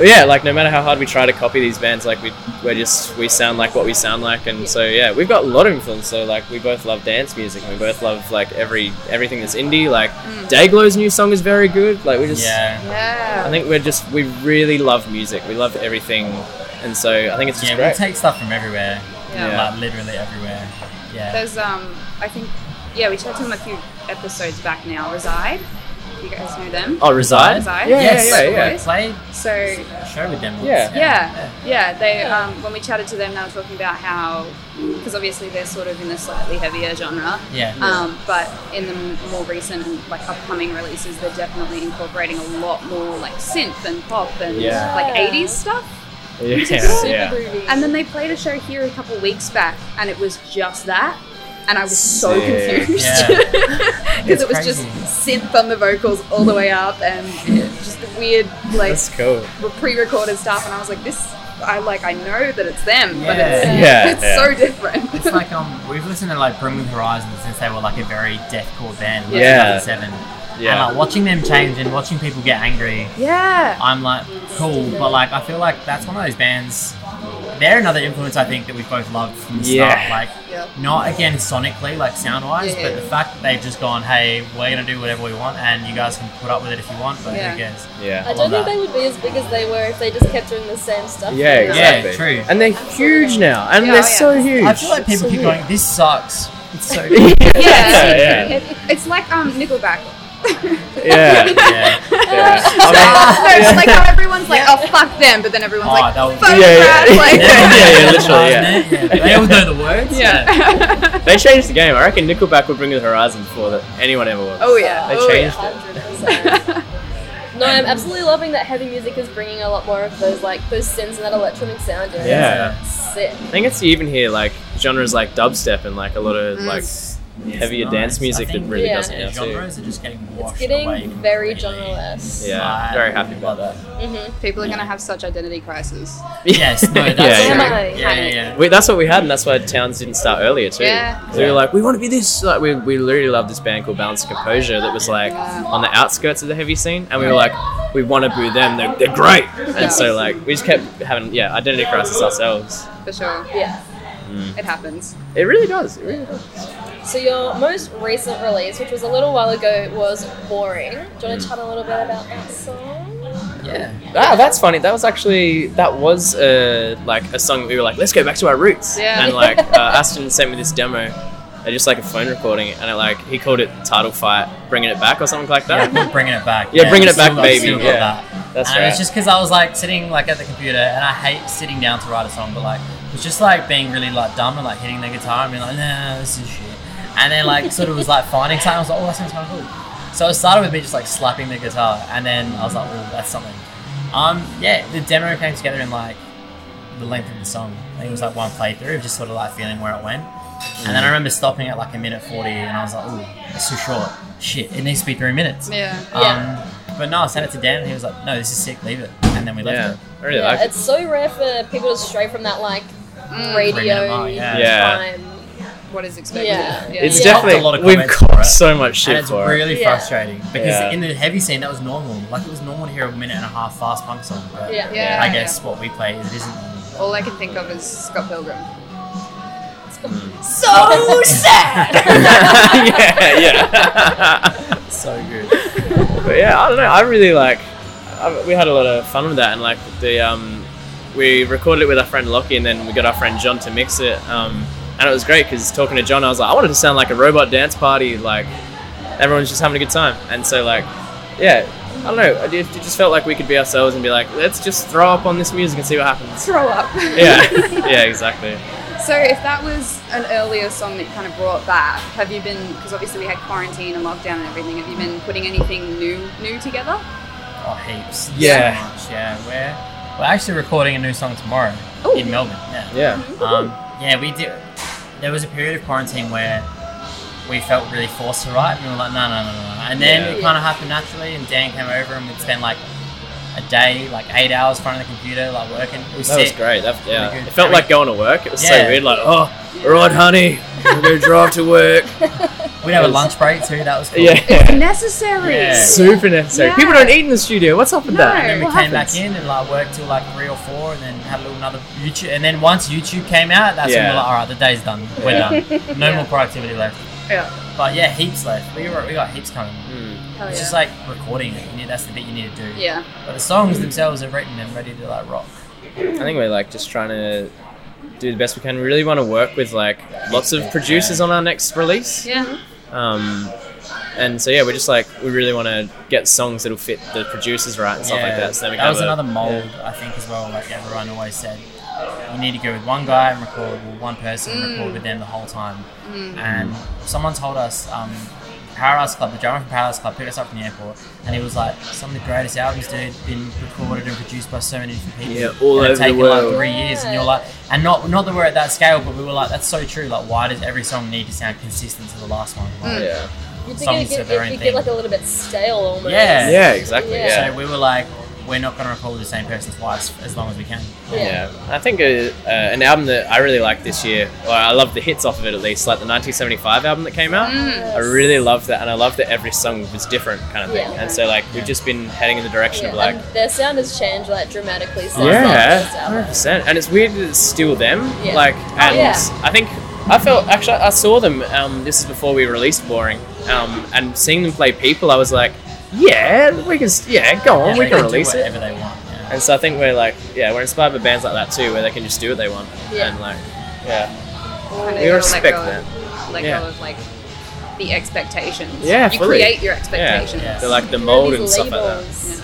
Speaker 2: yeah, like no matter how hard we try to copy these bands, like we we're just we sound like what we sound like, and so yeah, we've got a lot of influence. So like we both love dance music, and we both love like every everything that's indie. Like
Speaker 7: Mm.
Speaker 2: Dayglow's new song is very good. Like we just
Speaker 8: Yeah.
Speaker 2: I
Speaker 7: Yeah.
Speaker 2: think we're just we really love music. We love everything, and so I think it's just
Speaker 8: Yeah, we
Speaker 2: great.
Speaker 8: take stuff from everywhere.
Speaker 7: Yeah.
Speaker 8: Like literally everywhere. Yeah.
Speaker 7: There's um, I think, yeah, we talked to them a few episodes back now. Reside. You guys know them.
Speaker 2: oh, reside.
Speaker 7: Reside?
Speaker 2: Yeah,
Speaker 8: Yes,
Speaker 2: yeah, yeah,
Speaker 7: Local
Speaker 2: yeah.
Speaker 7: Boys.
Speaker 8: Played
Speaker 7: So
Speaker 8: a show with them once.
Speaker 2: Yeah.
Speaker 7: Yeah, yeah. They um, when we chatted to them, they were talking about how because obviously they're sort of in the slightly heavier genre.
Speaker 8: Yeah.
Speaker 7: Um, but in the m- more recent, like upcoming releases, they're definitely incorporating a lot more like synth and pop and
Speaker 2: Yeah.
Speaker 7: like '80s stuff.
Speaker 2: Yeah,
Speaker 4: Super
Speaker 2: yeah.
Speaker 4: groovy.
Speaker 7: And then they played a show here a couple weeks back, and it was just that. And I was so
Speaker 2: Sick.
Speaker 7: confused <laughs>
Speaker 8: Yeah.
Speaker 7: because it was
Speaker 8: crazy.
Speaker 7: just synth on the vocals all the way up, and just weird like
Speaker 2: That's cool.
Speaker 7: were pre-recorded stuff, and I was like, this. I like. I know that it's them, but it's
Speaker 8: Yeah.
Speaker 2: Yeah,
Speaker 7: it's
Speaker 2: yeah.
Speaker 7: so different.
Speaker 8: It's like um, we've listened to like Brimming Horizon since they were like a very deathcore band, like
Speaker 2: Yeah.
Speaker 8: 2007,
Speaker 2: Yeah.
Speaker 8: And like watching them change and watching people get angry,
Speaker 7: <laughs> Yeah.
Speaker 8: I'm like, cool. But like, I feel like that's one of those bands. They're another influence I think that we both loved from the
Speaker 2: Yeah.
Speaker 8: start. Like,
Speaker 7: Yeah.
Speaker 8: not again sonically, like sound wise,
Speaker 7: Yeah,
Speaker 8: but
Speaker 7: yeah.
Speaker 8: the fact that they've just gone, hey, we're gonna do whatever we want, and you guys can put up with it if you want, but
Speaker 7: Yeah.
Speaker 8: who cares?
Speaker 4: I
Speaker 2: Yeah.
Speaker 4: don't
Speaker 8: Love
Speaker 4: think
Speaker 8: that.
Speaker 4: they would be as big as they were if they just kept doing the same stuff.
Speaker 2: Yeah,
Speaker 4: for years.
Speaker 8: Yeah,
Speaker 2: exactly.
Speaker 8: true.
Speaker 2: And they're huge now, and
Speaker 7: Yeah,
Speaker 2: they're
Speaker 7: oh, yeah.
Speaker 2: so huge.
Speaker 8: I feel like
Speaker 2: It's
Speaker 8: people
Speaker 2: so
Speaker 8: keep
Speaker 2: weird.
Speaker 8: going, this sucks. It's so
Speaker 2: <laughs> yeah, yeah,
Speaker 7: It, it's like um Nickelback.
Speaker 2: yeah.
Speaker 8: yeah.
Speaker 2: yeah.
Speaker 7: <laughs> So
Speaker 2: I mean-
Speaker 7: it's like how everyone's like, oh fuck them, but then everyone's
Speaker 8: Oh,
Speaker 7: like,
Speaker 8: that was-
Speaker 7: fuck
Speaker 2: Yeah, yeah.
Speaker 7: Brad, like-
Speaker 2: <laughs> Yeah,
Speaker 7: <laughs>
Speaker 2: yeah, yeah, literally, yeah.
Speaker 8: They all know the words.
Speaker 7: Yeah.
Speaker 2: They changed the game. I reckon Nickelback would bring the horizon before that anyone ever was.
Speaker 7: <laughs> oh yeah.
Speaker 2: They
Speaker 7: oh,
Speaker 2: changed it.
Speaker 4: 100%. No, I'm absolutely loving that heavy music is bringing a lot more of those like those synths and that electronic sound. in it.
Speaker 2: Yeah.
Speaker 4: It's sick.
Speaker 2: I think it's you even hear like genres like dubstep and like a lot of like
Speaker 7: Mm.
Speaker 2: <laughs>
Speaker 8: It's
Speaker 2: heavier
Speaker 8: nice.
Speaker 2: dance
Speaker 8: I
Speaker 2: music that
Speaker 8: think uh,
Speaker 2: really
Speaker 4: Yeah.
Speaker 2: doesn't now too.
Speaker 8: Genres are just getting washed
Speaker 4: It's getting
Speaker 8: away
Speaker 4: very
Speaker 8: completely. Uh,
Speaker 4: genreless.
Speaker 2: Yeah,
Speaker 8: I
Speaker 2: very happy about
Speaker 8: love
Speaker 2: that.
Speaker 4: Mm-hmm.
Speaker 7: <laughs> People are gonna have such identity crisis.
Speaker 8: <laughs> Yes, no, that's
Speaker 2: yeah,
Speaker 4: Am
Speaker 8: true.
Speaker 2: yeah.
Speaker 4: I?
Speaker 8: Yeah, yeah, yeah.
Speaker 2: We, that's what we had, and that's why Towns didn't start earlier too.
Speaker 7: Yeah.
Speaker 2: 'Cause We were like, we want to be this. Like, we, we literally love this band called Balance and Composure that was like
Speaker 7: Yeah.
Speaker 2: on the outskirts of the heavy scene, and we were like, we want to boo them. They're, they're great.
Speaker 7: Yeah.
Speaker 2: And so like we just kept having yeah identity crisis ourselves.
Speaker 7: For sure.
Speaker 4: Yeah.
Speaker 2: Mm.
Speaker 7: It happens.
Speaker 2: It really does. It really does.
Speaker 4: So your most recent release, which was a little while ago, was boring. Do you want to chat a little bit about that song?
Speaker 8: yeah.
Speaker 2: Ah, that's funny. That was actually that was uh, like a song we were like, let's go back to our roots.
Speaker 7: Yeah.
Speaker 2: And
Speaker 7: <laughs>
Speaker 2: like uh, Aston sent me this demo, uh, just like a phone recording, and it like he called it title fight, bringing it back or something like that.
Speaker 8: Yeah, bringing it back.
Speaker 2: Yeah, bringing it back,
Speaker 8: still,
Speaker 2: baby,
Speaker 8: Still got
Speaker 2: yeah.
Speaker 8: that.
Speaker 2: That's
Speaker 8: and
Speaker 2: right.
Speaker 8: it's just because I was like sitting like at the computer, and I hate sitting down to write a song, but like it was just like being really like dumb and like hitting the guitar and being like, nah, this is shit. And then like sort of was like finding something. I was like, oh, that sounds kind of cool. So it started with me just like slapping the guitar, and then I was like, well, that's something. Um, yeah, the demo came together in like the length of the song. I think it was like one playthrough of just sort of like feeling where it went. And then I
Speaker 2: Mm.
Speaker 8: remember stopping at like a minute forty, and I was like, oh, that's too short. Shit, it needs to be three minutes.
Speaker 7: Yeah.
Speaker 4: Yeah.
Speaker 8: Um, but no, I sent it to Dan and he was like, no, this is sick, leave it. And then we left
Speaker 2: yeah,
Speaker 8: it.
Speaker 2: I really
Speaker 4: yeah,
Speaker 2: like it.
Speaker 4: it's so rare for people to stray from that like radio
Speaker 8: Bringing it on, yeah.
Speaker 2: Yeah.
Speaker 4: time.
Speaker 7: What is expected.
Speaker 4: Yeah.
Speaker 7: Yeah.
Speaker 2: It's
Speaker 4: Yeah.
Speaker 2: definitely
Speaker 8: Got a lot of
Speaker 2: we've
Speaker 8: comments
Speaker 2: got
Speaker 8: for it.
Speaker 2: so much shit
Speaker 8: and it's
Speaker 2: for <laughs> it.
Speaker 8: really
Speaker 4: Yeah.
Speaker 8: frustrating because
Speaker 2: Yeah.
Speaker 8: in the heavy scene, that was normal. Like, it was normal to hear a minute and a half fast punk song. But
Speaker 4: Yeah.
Speaker 7: Yeah,
Speaker 8: I
Speaker 7: yeah.
Speaker 8: guess what we play is it isn't <laughs>
Speaker 4: <laughs>
Speaker 8: normal.
Speaker 7: All I can think of is Scott Pilgrim.
Speaker 5: <laughs>
Speaker 7: Oh,
Speaker 4: So sad.
Speaker 2: yeah, yeah.
Speaker 8: So good.
Speaker 2: but yeah, I don't know. I really like. I, we had a lot of fun with that, and like the um, we recorded it with our friend Lockie, and then we got our friend John to mix it. Um, and it was great because talking to John, I was like, I wanted to sound like a robot dance party, like everyone's just having a good time. And so like, yeah, I don't know. It, it just felt like we could be ourselves and be like, let's just throw up on this music and see what happens.
Speaker 7: Throw up.
Speaker 2: Yeah, <laughs> yeah, exactly.
Speaker 7: So if that was an earlier song that kind of brought that, have you been? Because obviously we had quarantine and lockdown and everything. Have you been putting anything new new together?
Speaker 8: Oh, heaps.
Speaker 2: Yeah.
Speaker 8: So much. Yeah. We're, we're actually recording a new song tomorrow in Melbourne. Yeah.
Speaker 2: Yeah.
Speaker 8: Um, yeah, we did. There was a period of quarantine where we felt really forced to write, and we were like, no, no, no, no. no. And then it kind of happened naturally, and Dan came over, and we'd spend like a day, like eight hours in front of the computer, like working. It was
Speaker 2: That was
Speaker 8: sick.
Speaker 2: great. That, yeah,
Speaker 8: Really good.
Speaker 2: it felt
Speaker 8: I mean-
Speaker 2: like going to work. It was
Speaker 8: Yeah.
Speaker 2: so weird. Like, oh, right, honey,
Speaker 7: <laughs>
Speaker 2: I'm gonna drive to work.
Speaker 8: We'd have
Speaker 2: It
Speaker 8: a
Speaker 2: was-
Speaker 8: lunch break too, that was cool.
Speaker 7: It's
Speaker 2: Yeah,
Speaker 7: necessary.
Speaker 2: <laughs>
Speaker 8: Yeah.
Speaker 2: super necessary.
Speaker 7: Yeah.
Speaker 2: People don't eat in the studio. What's up with
Speaker 7: No.
Speaker 2: that?
Speaker 8: And then we
Speaker 7: What
Speaker 8: came
Speaker 7: happens?
Speaker 8: back in and like worked till like three or four, and then had a little another YouTube. And then once YouTube came out, that's when
Speaker 2: Yeah.
Speaker 8: we were like, all right, the day's done. We're done. No
Speaker 7: Yeah.
Speaker 8: more productivity left.
Speaker 7: Yeah.
Speaker 8: But yeah, heaps left. We were, we got heaps coming.
Speaker 2: Mm.
Speaker 7: Hell Oh, yeah.
Speaker 8: It's just like recording it. You need, that's the bit you need to do.
Speaker 7: yeah.
Speaker 8: But the songs themselves are written and ready to like rock.
Speaker 2: I think we're like just trying to do the best we can. We really want to work with like lots of producers on our next release.
Speaker 7: Yeah.
Speaker 2: Um, and so yeah, we're just like we really want to get songs that'll fit the producers right and stuff like that. So then we can
Speaker 8: that was
Speaker 2: have a-
Speaker 8: another mold, I think, as well. Like everyone always said, you need to go with one guy and record with one person and record with them the whole time. And someone told us, um, Paradise Club, the drummer from Paradise Club, picked us up from the airport, and he was like, "Some of the greatest albums, dude, been recorded and produced by so many different people.
Speaker 2: Yeah, all
Speaker 8: and it's
Speaker 2: over the
Speaker 8: taken,
Speaker 2: world."
Speaker 8: Like, three years, and you're like, and not not that we're at that scale, but we were like, that's so true. Like, why does every song need to sound consistent to the last one? Like,
Speaker 2: Yeah.
Speaker 4: You'd think it'd
Speaker 8: Songs are
Speaker 4: get,
Speaker 8: their
Speaker 4: it'd
Speaker 8: own
Speaker 4: get
Speaker 8: thing.
Speaker 7: Hmm.
Speaker 4: like a little bit stale almost.
Speaker 8: Yeah.
Speaker 2: Yeah, exactly.
Speaker 4: Yeah.
Speaker 2: Yeah.
Speaker 8: So we were like, we're not going to record with the same person twice as long as we can.
Speaker 2: Yeah, I think uh uh, an album that I really liked this year, or I love the hits off of it at least, like the 1975 album that came out.
Speaker 4: Mm. Hmm.
Speaker 2: I really loved that, and I loved that every song was different, kind of thing.
Speaker 4: Yeah.
Speaker 2: And so, like, we've just been heading in the direction
Speaker 4: Yeah,
Speaker 2: of like,
Speaker 4: and their sound has changed like dramatically since
Speaker 2: yeah,
Speaker 4: last album.
Speaker 2: 100%. And it's weird that it's still them.
Speaker 4: Yeah.
Speaker 2: Like, and
Speaker 4: yeah.
Speaker 2: I think I felt actually I saw them. Um, this is before we released Boring, um, and seeing them play People, I was like, yeah, we can, s- yeah, go on,
Speaker 8: Yeah,
Speaker 2: we
Speaker 8: they
Speaker 2: can
Speaker 8: do
Speaker 2: release it.
Speaker 8: whatever they want. yeah.
Speaker 2: And so I think we're like, yeah, we're inspired by bands like that too, where they can just do what they want.
Speaker 4: Yeah.
Speaker 2: And like, yeah.
Speaker 7: Kind of
Speaker 2: We
Speaker 7: gotta
Speaker 2: respect
Speaker 7: let go
Speaker 2: that.
Speaker 7: Of, let
Speaker 2: Yeah.
Speaker 7: go of like the expectations.
Speaker 2: Yeah,
Speaker 7: you
Speaker 2: fully.
Speaker 7: create your
Speaker 2: Yeah.
Speaker 7: expectations.
Speaker 8: Yeah.
Speaker 2: They're like the mold and
Speaker 4: These
Speaker 2: stuff like that.
Speaker 4: labels.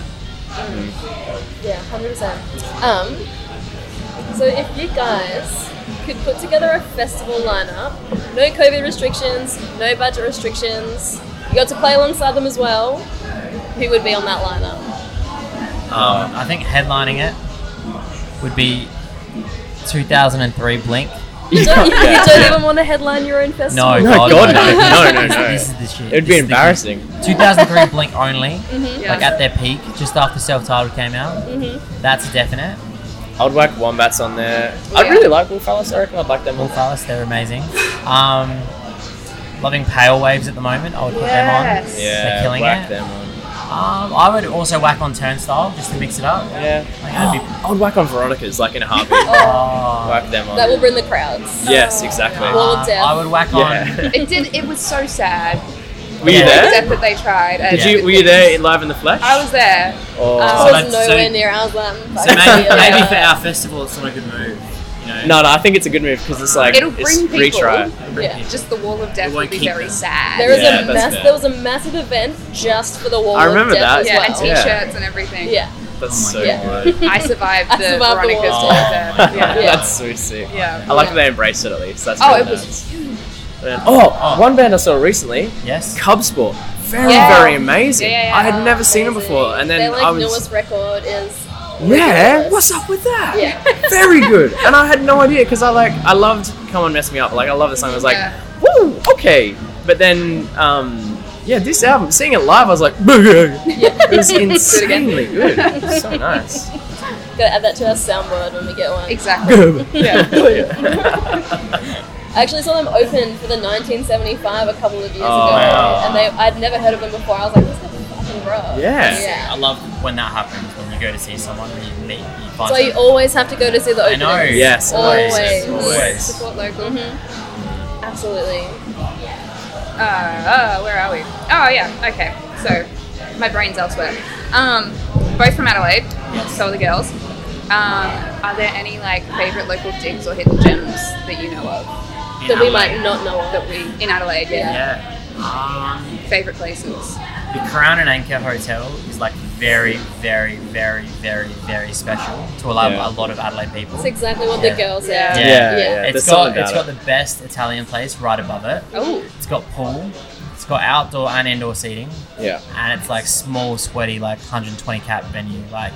Speaker 4: Hmm. Yeah, hundred percent. Um, so if you guys could put together a festival lineup, no COVID restrictions, no budget restrictions, you got to play alongside them as well. Who would be on that
Speaker 2: <laughs>
Speaker 4: lineup?
Speaker 8: Um, I think headlining it would be 2003 Blink.
Speaker 4: <laughs> You don't, you
Speaker 2: Yeah.
Speaker 4: don't even want to headline your own festival.
Speaker 8: No,
Speaker 2: No,
Speaker 8: God,
Speaker 2: God,
Speaker 8: no,
Speaker 2: no. No,
Speaker 8: <laughs>
Speaker 2: no, no.
Speaker 8: This is the shit.
Speaker 2: It'd be
Speaker 8: This is the shit.
Speaker 2: embarrassing.
Speaker 8: <laughs> 2003 Blink only,
Speaker 7: Mm-hmm. Yeah.
Speaker 8: like at their peak, just after Self Titled came out. That's definite.
Speaker 2: I would like Wombats on there. I'd
Speaker 7: Yeah.
Speaker 2: really like Wolf Alice. I reckon I'd like them
Speaker 8: Wolf
Speaker 2: all.
Speaker 8: Alice, they're amazing. Um, loving Pale Waves at the moment. I would put them on.
Speaker 2: Yeah,
Speaker 8: They're killing
Speaker 2: whack
Speaker 8: it.
Speaker 2: them on.
Speaker 8: Um, I would also whack on Turnstile just to mix it up.
Speaker 2: Yeah.
Speaker 8: Like, that'd be-
Speaker 2: I would whack on Veronica's, like in a heartbeat.
Speaker 4: <laughs>
Speaker 8: Oh.
Speaker 2: whack them on.
Speaker 4: That Oh. will bring the crowds.
Speaker 2: yes, exactly.
Speaker 4: Wall of
Speaker 8: Um,
Speaker 4: Death.
Speaker 8: I would whack on.
Speaker 2: <laughs> Yeah.
Speaker 7: It did. It was so sad.
Speaker 2: Were you
Speaker 8: Yeah.
Speaker 7: The
Speaker 2: there?
Speaker 7: death that they tried. and
Speaker 2: Did you? Were you there in live in the flesh?
Speaker 7: I was there.
Speaker 2: Or-
Speaker 4: I
Speaker 8: Oh, that's-
Speaker 4: was nowhere
Speaker 8: so-
Speaker 4: near. I was like, I'm
Speaker 8: So
Speaker 4: fucking <laughs>
Speaker 8: maybe,
Speaker 4: here.
Speaker 8: maybe for our festival, it's not a good move. You know,
Speaker 2: no, no. I think it's a good move because it's like
Speaker 7: It'll
Speaker 2: it's
Speaker 7: bring people.
Speaker 2: retry.
Speaker 4: Yeah.
Speaker 7: Just the wall of death
Speaker 8: It
Speaker 7: would
Speaker 8: won't
Speaker 7: be
Speaker 8: keep
Speaker 7: very
Speaker 8: them.
Speaker 7: sad.
Speaker 4: There was
Speaker 2: Yeah,
Speaker 4: a
Speaker 2: that's
Speaker 4: mass.
Speaker 2: fair.
Speaker 4: There was a massive event just for the wall.
Speaker 2: I remember
Speaker 4: of death
Speaker 2: that.
Speaker 4: As
Speaker 7: yeah,
Speaker 4: well.
Speaker 7: and
Speaker 2: Yeah.
Speaker 7: t-shirts and everything.
Speaker 4: yeah.
Speaker 8: Oh
Speaker 2: That's so
Speaker 4: Yeah.
Speaker 2: good.
Speaker 7: I survived
Speaker 4: I
Speaker 7: the
Speaker 4: survived the
Speaker 7: Veronica's
Speaker 4: wall.
Speaker 7: wall
Speaker 2: Oh.
Speaker 7: of death.
Speaker 2: <laughs>
Speaker 4: <laughs>
Speaker 7: Yeah.
Speaker 4: Yeah.
Speaker 2: That's so sick.
Speaker 7: Yeah.
Speaker 2: I like that they embraced it at least. That's
Speaker 7: Oh,
Speaker 2: really
Speaker 7: it was
Speaker 2: nice. And- oh, one band I saw recently,
Speaker 8: Yes.
Speaker 2: Cub Sport. Very,
Speaker 7: Yeah.
Speaker 2: very amazing.
Speaker 7: Yeah, yeah, yeah.
Speaker 2: I had never seen them
Speaker 4: Amazing.
Speaker 2: before, and then
Speaker 4: their like
Speaker 2: I was
Speaker 4: newest record is
Speaker 2: yeah. What's up with that?
Speaker 7: <laughs>
Speaker 4: Yeah.
Speaker 2: very good. And I had no idea because I like I loved Come On Mess Me Up. Like I love the song. I was like,
Speaker 7: Yeah.
Speaker 2: woo, okay. But then, um, yeah, this album, seeing it live, I was like, <laughs> it
Speaker 7: <laughs>
Speaker 2: was insanely good. It was so nice.
Speaker 4: Gotta add that to our soundboard when we get one.
Speaker 2: <laughs>
Speaker 7: Exactly.
Speaker 2: yeah.
Speaker 4: I actually saw them open for the 1975 a couple of years
Speaker 2: Oh,
Speaker 4: ago,
Speaker 2: wow.
Speaker 4: and they I'd never heard of them before. I was like, this is fucking rough.
Speaker 2: Yeah.
Speaker 8: I love when that happens when you go to see someone and you meet, you find.
Speaker 4: So you
Speaker 8: them.
Speaker 4: always have to go to see the
Speaker 8: I
Speaker 4: opening.
Speaker 8: know.
Speaker 2: Yes,
Speaker 4: always.
Speaker 8: Always. always.
Speaker 7: Support local.
Speaker 4: Absolutely.
Speaker 7: Uh, uh, where are we? Oh yeah. Okay. So my brain's elsewhere. Um, both from Adelaide. So are the girls. Um, are there any like favorite local digs or hidden gems that you know of
Speaker 8: In
Speaker 4: That we
Speaker 8: Adelaide.
Speaker 4: might not know of.
Speaker 7: that we in Adelaide? Yeah.
Speaker 8: Yeah. Um,
Speaker 7: Favorite places.
Speaker 8: the Crown and Anchor Hotel is like very, very, very, very, very special to a lot,
Speaker 2: Yeah.
Speaker 8: a lot of Adelaide people.
Speaker 4: That's exactly what the
Speaker 8: Yeah.
Speaker 4: girls
Speaker 7: Yeah.
Speaker 4: said.
Speaker 2: Yeah,
Speaker 8: Yeah.
Speaker 2: yeah.
Speaker 8: It's
Speaker 2: There's
Speaker 8: got
Speaker 2: something
Speaker 8: it's got
Speaker 2: about
Speaker 8: the best Italian place right above it.
Speaker 7: Oh.
Speaker 8: It's got pool. It's got outdoor and indoor seating.
Speaker 2: it. Yeah.
Speaker 8: and it's like small, sweaty, like 120 cap venue. Like,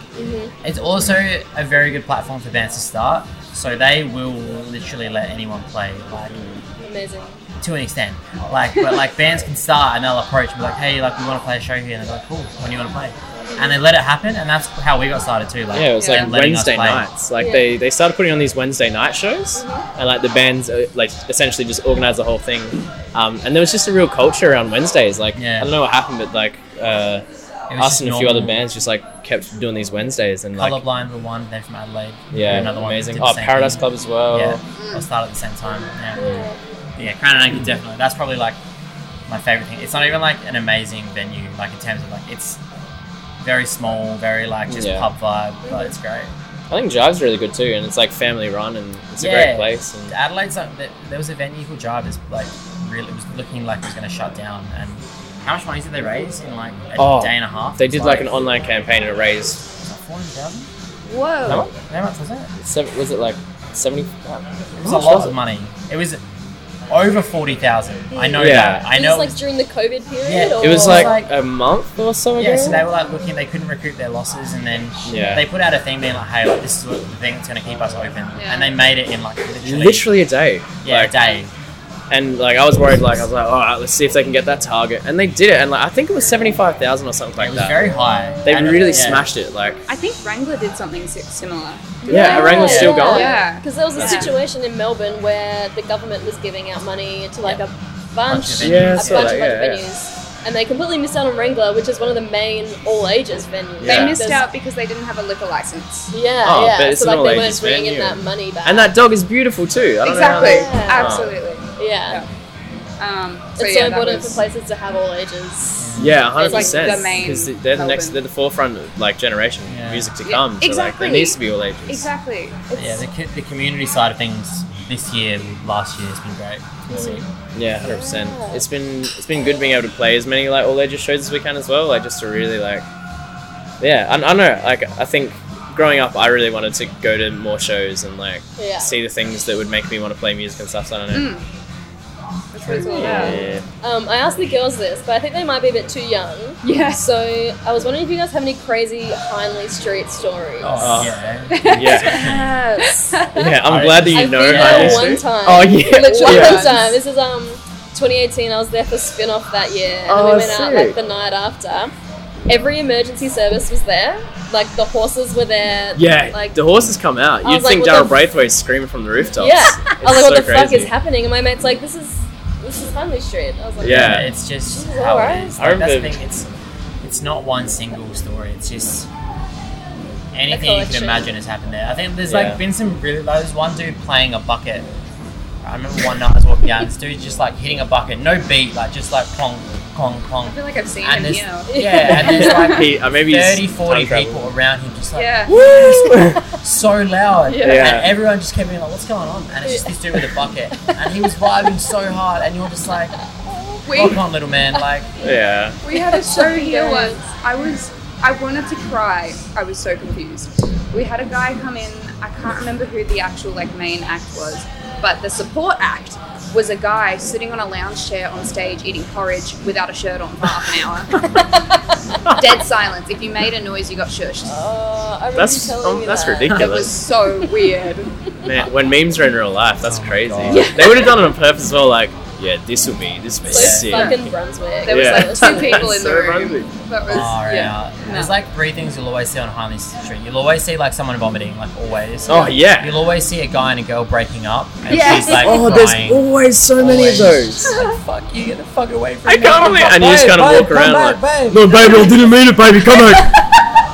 Speaker 8: it's also a very good platform for bands to start. So they will literally let anyone play, like
Speaker 4: Amazing.
Speaker 8: to an extent. Like, but like bands can start and they'll approach and be like, "Hey, like we want to play a show here," and they're like, "Cool, when do you want to play?" And they let it happen, and that's how we got started too. Like,
Speaker 2: Yeah, it was
Speaker 7: Yeah.
Speaker 2: like
Speaker 8: Letting us
Speaker 2: Wednesday
Speaker 8: play.
Speaker 2: nights. Like
Speaker 4: Yeah.
Speaker 2: they, they started putting on these Wednesday night shows, and like the bands uh, like essentially just organized the whole thing. Um, and there was just a real culture around Wednesdays. Like
Speaker 8: Yeah.
Speaker 2: I don't know what happened, but like uh,
Speaker 8: it was
Speaker 2: us
Speaker 8: just
Speaker 2: and a few
Speaker 8: normal.
Speaker 2: other bands just like kept doing these Wednesdays and like
Speaker 8: Colourblind were one. They're from Adelaide.
Speaker 2: yeah,
Speaker 8: another one.
Speaker 2: amazing.
Speaker 8: did the
Speaker 2: Oh,
Speaker 8: same
Speaker 2: Paradise
Speaker 8: thing.
Speaker 2: Club as well.
Speaker 8: Yeah, I'll start at the same time. Yeah, yeah, Crown and Anchor definitely. That's probably like my favorite thing. It's not even like an amazing venue, like in terms of like it's very small, very like just
Speaker 2: Yeah.
Speaker 8: pub vibe, but it's great.
Speaker 2: I think Jive's really good too, and it's like family run and it's a
Speaker 8: Yeah.
Speaker 2: great place. And
Speaker 8: Adelaide's like th- there was a venue called Jarvis, like really it was looking like it was going to shut down. And how much money did they raise in like a
Speaker 2: Oh,
Speaker 8: day and a half?
Speaker 2: they
Speaker 8: It's
Speaker 2: did like an online campaign and it raised
Speaker 8: four hundred thousand.
Speaker 2: how
Speaker 7: Whoa.
Speaker 2: much?
Speaker 8: How much was that?
Speaker 2: Seven, was it like seventy?
Speaker 8: It was a lot of money. It was over forty thousand. I know
Speaker 2: Yeah.
Speaker 8: that. I
Speaker 4: It
Speaker 8: know.
Speaker 4: was
Speaker 8: it
Speaker 4: like
Speaker 8: was-
Speaker 4: during the COVID period.
Speaker 8: Yeah,
Speaker 4: or?
Speaker 2: It was like,
Speaker 8: like-
Speaker 2: a month or so ago.
Speaker 8: Yeah, so they were like looking, they couldn't recoup their losses, and then
Speaker 2: Yeah.
Speaker 8: they put out a thing being like, hey, like, this is what the thing that's going to keep us open.
Speaker 7: Yeah.
Speaker 8: And they made it in like literally,
Speaker 2: literally a day.
Speaker 8: yeah,
Speaker 2: Like,
Speaker 8: a day.
Speaker 2: And like I was worried, like I was like, all right, let's see if they can get that target, and they did it. And like I think it was seventy five thousand or something
Speaker 8: It
Speaker 2: like
Speaker 8: was
Speaker 2: that.
Speaker 8: very high.
Speaker 2: they
Speaker 8: And,
Speaker 2: really
Speaker 8: yeah.
Speaker 2: smashed it. Like
Speaker 7: I think Wrangler did something si- similar.
Speaker 2: yeah, Wrangler's
Speaker 4: Yeah.
Speaker 2: still going.
Speaker 7: Yeah.
Speaker 4: Because there was a
Speaker 7: Yeah.
Speaker 4: situation in Melbourne where the government was giving out money to like a bunch,
Speaker 8: Bunch of
Speaker 2: Yeah,
Speaker 4: a
Speaker 2: I
Speaker 4: bunch,
Speaker 2: saw
Speaker 4: bunch
Speaker 2: that,
Speaker 4: of
Speaker 2: yeah, yeah.
Speaker 4: venues, and they completely missed out on Wrangler, which is one of the main all ages venues.
Speaker 2: Yeah.
Speaker 7: They missed
Speaker 4: There's-
Speaker 7: out because they didn't have a liquor license.
Speaker 4: Yeah,
Speaker 2: Oh,
Speaker 4: yeah.
Speaker 2: but it's
Speaker 4: so
Speaker 2: an
Speaker 4: like they
Speaker 2: all-ages
Speaker 4: weren't bringing in
Speaker 2: venue.
Speaker 4: that money back.
Speaker 2: And that dog is beautiful too. I don't
Speaker 7: Exactly.
Speaker 2: Know how
Speaker 4: Yeah.
Speaker 7: Absolutely.
Speaker 4: yeah,
Speaker 7: Um, so
Speaker 4: it's
Speaker 7: yeah,
Speaker 4: so
Speaker 7: that
Speaker 4: important
Speaker 7: was-
Speaker 4: for places to have all ages.
Speaker 2: they, yeah, hundred
Speaker 4: It's like
Speaker 2: percent.
Speaker 7: the main
Speaker 2: Because they're the next,
Speaker 7: Melbourne.
Speaker 2: they're the forefront of like generation of
Speaker 8: Yeah.
Speaker 2: music to
Speaker 7: Yeah,
Speaker 2: come. So like there
Speaker 7: exactly.
Speaker 2: needs to be all ages.
Speaker 7: Exactly. It's,
Speaker 8: Yeah, the, co- the community side of things this year, with last year, has been great. It's been sick.
Speaker 2: Yeah, hundred percent. It's been it's been good being able to play as many like all ages shows as we can as well. Like just to really like, yeah, I, I don't know. Like I think growing up, I really wanted to go to more shows and like
Speaker 4: Yeah.
Speaker 2: see the things that would make me want to play music and stuff. So I don't know.
Speaker 7: Mm. That's what it's all
Speaker 2: Yeah.
Speaker 7: about.
Speaker 4: Um, I asked the girls this, but I think they might be a bit too young.
Speaker 7: Yeah.
Speaker 4: So I was wondering if you guys have any crazy Hindley Street stories.
Speaker 8: Oh,
Speaker 2: Oh.
Speaker 8: yeah.
Speaker 2: yeah,
Speaker 4: Yes.
Speaker 2: <laughs> yeah. I'm
Speaker 8: I-
Speaker 2: glad that you
Speaker 4: I
Speaker 2: know.
Speaker 4: think
Speaker 2: how
Speaker 4: of
Speaker 2: this-
Speaker 4: one time.
Speaker 2: Oh <laughs> yeah,
Speaker 4: <laughs> Literally
Speaker 2: yeah.
Speaker 4: one time. This is um 2018. I was there for spin off that year, and
Speaker 2: Oh,
Speaker 4: we went out like
Speaker 2: sick.
Speaker 4: the night after. Every emergency service was there. Like the horses were there.
Speaker 2: Yeah,
Speaker 4: Like
Speaker 2: the horses come out.
Speaker 4: I
Speaker 2: You'd
Speaker 4: was like,
Speaker 2: think
Speaker 4: what the
Speaker 2: Daryl
Speaker 4: f-
Speaker 2: Braithwaite's screaming from the rooftops.
Speaker 4: Yeah.
Speaker 2: It's
Speaker 4: I was like,
Speaker 2: so
Speaker 4: what the fuck
Speaker 2: crazy.
Speaker 4: is
Speaker 2: <laughs>
Speaker 4: happening? And my mate's like, this is this is Hindley Street. I was like,
Speaker 2: Yeah.
Speaker 8: It's just
Speaker 4: This is
Speaker 8: how
Speaker 4: alright.
Speaker 8: it is.
Speaker 2: I
Speaker 8: Like, that's the
Speaker 2: remember-
Speaker 8: thing. It's it's not one single story. It's just anything you can
Speaker 4: collection.
Speaker 8: imagine has happened there. I think there's
Speaker 2: Yeah.
Speaker 8: like been some really. There was one dude playing a bucket. I remember one night I was walking down, this dude just like hitting a bucket, no beat, like just like clong, clong,
Speaker 7: I feel
Speaker 8: clong.
Speaker 7: like I've seen
Speaker 8: And
Speaker 7: him
Speaker 8: there's,
Speaker 7: here.
Speaker 8: yeah, and there's like
Speaker 2: He, uh, <laughs> maybe he's
Speaker 8: 30, 40
Speaker 2: time travel.
Speaker 8: people around him just like,
Speaker 4: <laughs>
Speaker 7: Yeah.
Speaker 2: Woo!
Speaker 8: so loud.
Speaker 4: Yeah.
Speaker 2: Yeah.
Speaker 8: And everyone just kept being like, what's going on? And it's just this dude with a bucket. And he was vibing so hard, and you're
Speaker 4: <laughs>
Speaker 8: just like,
Speaker 7: We
Speaker 8: rock on, little man. Like,
Speaker 2: yeah.
Speaker 7: we had a show here once. I was I wanted to cry. I was so confused. We had a guy come in. I can't remember who the actual like main act was, but the support act was a guy sitting on a lounge chair on stage eating porridge without a shirt on for half an
Speaker 4: <laughs>
Speaker 7: hour. Dead silence. If you made a noise, you got shushed.
Speaker 4: Uh, I remember you
Speaker 2: That's
Speaker 4: telling
Speaker 2: um,
Speaker 4: me
Speaker 2: that's
Speaker 4: that.
Speaker 7: It was
Speaker 2: ridiculous.
Speaker 7: so weird.
Speaker 2: Man, when memes are in real life, that's
Speaker 8: Oh my
Speaker 2: crazy.
Speaker 8: God.
Speaker 2: They would have done it on purpose as well. Like, yeah, this will be this will be
Speaker 4: So
Speaker 2: sick.
Speaker 4: fucking Brunswick.
Speaker 7: There was
Speaker 2: Yeah.
Speaker 7: like two people
Speaker 8: <laughs>
Speaker 7: in
Speaker 2: So
Speaker 7: the room.
Speaker 2: Brunswick.
Speaker 7: That was
Speaker 8: far
Speaker 7: yeah.
Speaker 8: out.
Speaker 7: No.
Speaker 8: Oh, There's like three things you'll always see on Harley Street. You'll always see like someone vomiting, like always.
Speaker 2: Oh yeah. Oh,
Speaker 8: You'll always see a guy and a girl breaking up, and
Speaker 7: Yeah.
Speaker 8: she's like crying.
Speaker 2: always so many
Speaker 8: Always.
Speaker 2: those.
Speaker 8: Like, fuck you, get the fuck away from
Speaker 2: I
Speaker 8: me.
Speaker 2: can't believe. And you just
Speaker 8: Babe,
Speaker 2: kind of
Speaker 8: babe,
Speaker 2: walk
Speaker 8: come
Speaker 2: around
Speaker 8: back,
Speaker 2: like,
Speaker 8: babe.
Speaker 2: no, baby, I didn't mean it, baby. Come
Speaker 7: <laughs>
Speaker 2: back.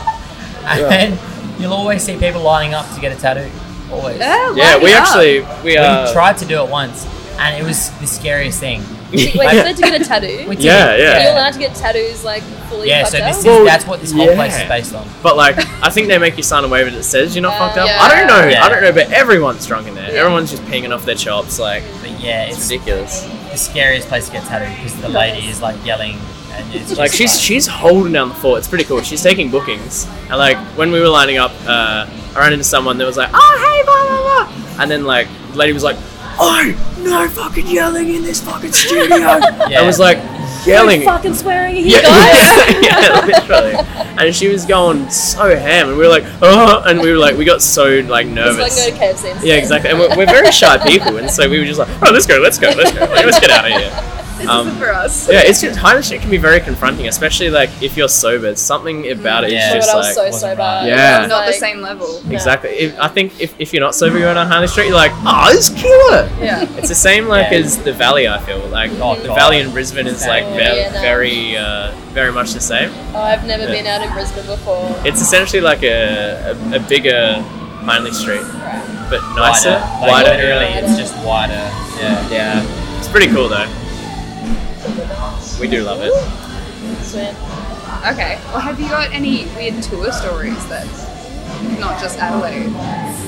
Speaker 8: And then you'll always see people lining up to get a tattoo. Always.
Speaker 7: Yeah,
Speaker 2: Yeah,
Speaker 7: light
Speaker 2: we
Speaker 7: it up.
Speaker 2: actually we
Speaker 8: We
Speaker 2: uh.
Speaker 8: tried to do it once, and it was the scariest thing.
Speaker 4: Wait, you had to get a
Speaker 2: <laughs>
Speaker 4: tattoo?
Speaker 8: We did.
Speaker 2: Yeah, yeah.
Speaker 4: Are you allowed to get tattoos like fully
Speaker 8: Yeah,
Speaker 4: fucked
Speaker 8: so this
Speaker 4: up?
Speaker 8: is,
Speaker 2: Well,
Speaker 8: that's what this whole place
Speaker 2: yeah.
Speaker 8: is based on.
Speaker 2: <laughs> But like, I think they make you sign a waiver that says you're not
Speaker 4: Uh,
Speaker 2: fucked up.
Speaker 4: yeah.
Speaker 2: I don't know.
Speaker 8: Yeah.
Speaker 2: I don't know, but everyone's drunk in there.
Speaker 4: Yeah.
Speaker 2: Everyone's just pinging off their chops. Like,
Speaker 8: But yeah,
Speaker 2: it's
Speaker 8: it's
Speaker 2: ridiculous.
Speaker 8: the scariest place to get tattooed because the lady is like yelling and it's just
Speaker 2: Like she's she's holding down the fort. It's pretty cool. She's taking bookings. And like when we were lining up, uh, I ran into someone that was like, "Oh hey, blah blah blah," and then like the lady was like, "Oh no, fucking yelling in this fucking studio!"
Speaker 8: Yeah.
Speaker 2: I was like yelling.
Speaker 4: fucking swearing here,
Speaker 2: Yeah, <laughs>
Speaker 4: guys.
Speaker 2: yeah, literally. And she was going so ham, and we were like, oh, and we were like, we got so like
Speaker 4: It's
Speaker 2: nervous.
Speaker 4: like going to KFC. instead.
Speaker 2: Yeah,
Speaker 4: <laughs>
Speaker 2: exactly. And we're, we're very shy people, and so we were just like, oh, let's go, let's go, let's go, like, let's get out of
Speaker 4: <laughs>
Speaker 2: here.
Speaker 7: This
Speaker 2: Um,
Speaker 7: isn't for us.
Speaker 2: Yeah, it's just Heimlich shit can be very confronting, especially like if you're sober. It's Something about it is
Speaker 8: Yeah.
Speaker 4: Oh,
Speaker 2: just
Speaker 4: but I was
Speaker 2: like
Speaker 4: so
Speaker 8: wasn't
Speaker 4: sober.
Speaker 8: right.
Speaker 2: Yeah.
Speaker 4: I was
Speaker 7: Not the
Speaker 4: like-
Speaker 7: same level.
Speaker 2: exactly. If, I think if, if you're not sober, you're on Harley Street. You're like, oh, this is killer.
Speaker 4: Oh,
Speaker 7: Yeah.
Speaker 2: It's the same like
Speaker 8: Yeah.
Speaker 2: as the Valley. I feel like
Speaker 8: Oh,
Speaker 2: the
Speaker 8: God.
Speaker 2: Valley in Brisbane is like
Speaker 4: Same.
Speaker 2: ve-
Speaker 4: Yeah, no.
Speaker 2: very uh, very much the same.
Speaker 4: Oh, I've never
Speaker 2: Yeah.
Speaker 4: been out in Brisbane before.
Speaker 2: It's essentially like a a, a bigger Hindley Street, but nicer,
Speaker 8: wider.
Speaker 2: wider.
Speaker 8: Like, literally,
Speaker 2: yeah.
Speaker 8: it's just wider. Yeah.
Speaker 2: yeah, it's pretty cool though. We do love it.
Speaker 4: Sweet.
Speaker 7: Okay. Well, have you got any weird tour stories that not just Adelaide?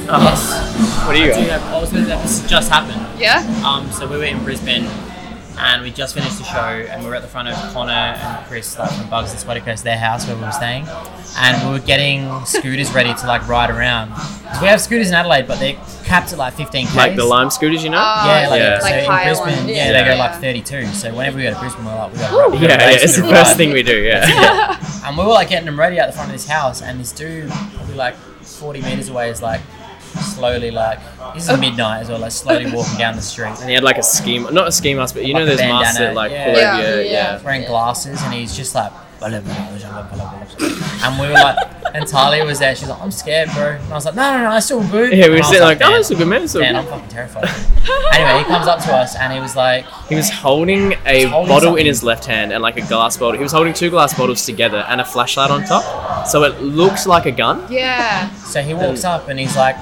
Speaker 2: Oh, what do you
Speaker 8: I do
Speaker 2: got?
Speaker 8: have, I was with- this just happened.
Speaker 7: Yeah.
Speaker 8: Um, so we were in Brisbane, and we just finished the show, and we were at the front of Connor and Chris like, from Bugs and Sweater Coast, their house where we were staying, and we were getting scooters ready to like ride around. 'Cause we have scooters in Adelaide, but they're capped at like 15 k's.
Speaker 2: Like the lime scooters, you know?
Speaker 4: Uh,
Speaker 7: Oh,
Speaker 8: Yeah, like,
Speaker 2: Yeah.
Speaker 8: so
Speaker 7: Like
Speaker 8: in
Speaker 7: higher
Speaker 8: Brisbane,
Speaker 7: ones.
Speaker 8: yeah, they
Speaker 2: Yeah.
Speaker 8: go like 32. So whenever we go to Brisbane, we're like, we got to
Speaker 2: yeah, yeah, it's the first thing we do. Yeah.
Speaker 8: And we were like getting them ready out the front of this house, and this dude, probably like 40 meters away, is like, slowly like this is midnight as well, like slowly walking down the street.
Speaker 2: And he had like a ski, not a ski mask, but you know
Speaker 8: Like a
Speaker 2: those masks
Speaker 8: bandana,
Speaker 2: that like
Speaker 8: yeah.
Speaker 2: pull
Speaker 7: Yeah.
Speaker 2: over your, yeah.
Speaker 8: He's wearing glasses and he's just like "Blah, blah, blah, blah, blah, blah, blah." and we were like and Talia was there, she's like, I'm scared bro and I was like, No no no, I still boot
Speaker 2: Yeah, we
Speaker 8: And I
Speaker 2: were
Speaker 8: was
Speaker 2: sitting like, oh,
Speaker 8: "Man,
Speaker 2: that's a good man. It's all
Speaker 8: man,
Speaker 2: good."
Speaker 8: I'm fucking terrified. anyway, he comes up to us and he was like
Speaker 2: He was holding a
Speaker 8: Holding
Speaker 2: bottle
Speaker 8: something.
Speaker 2: in his left hand and like a glass bottle. He was holding two glass bottles together and a flashlight on top, so it looks like a gun.
Speaker 7: Yeah. <laughs>
Speaker 8: so he walks up and he's like,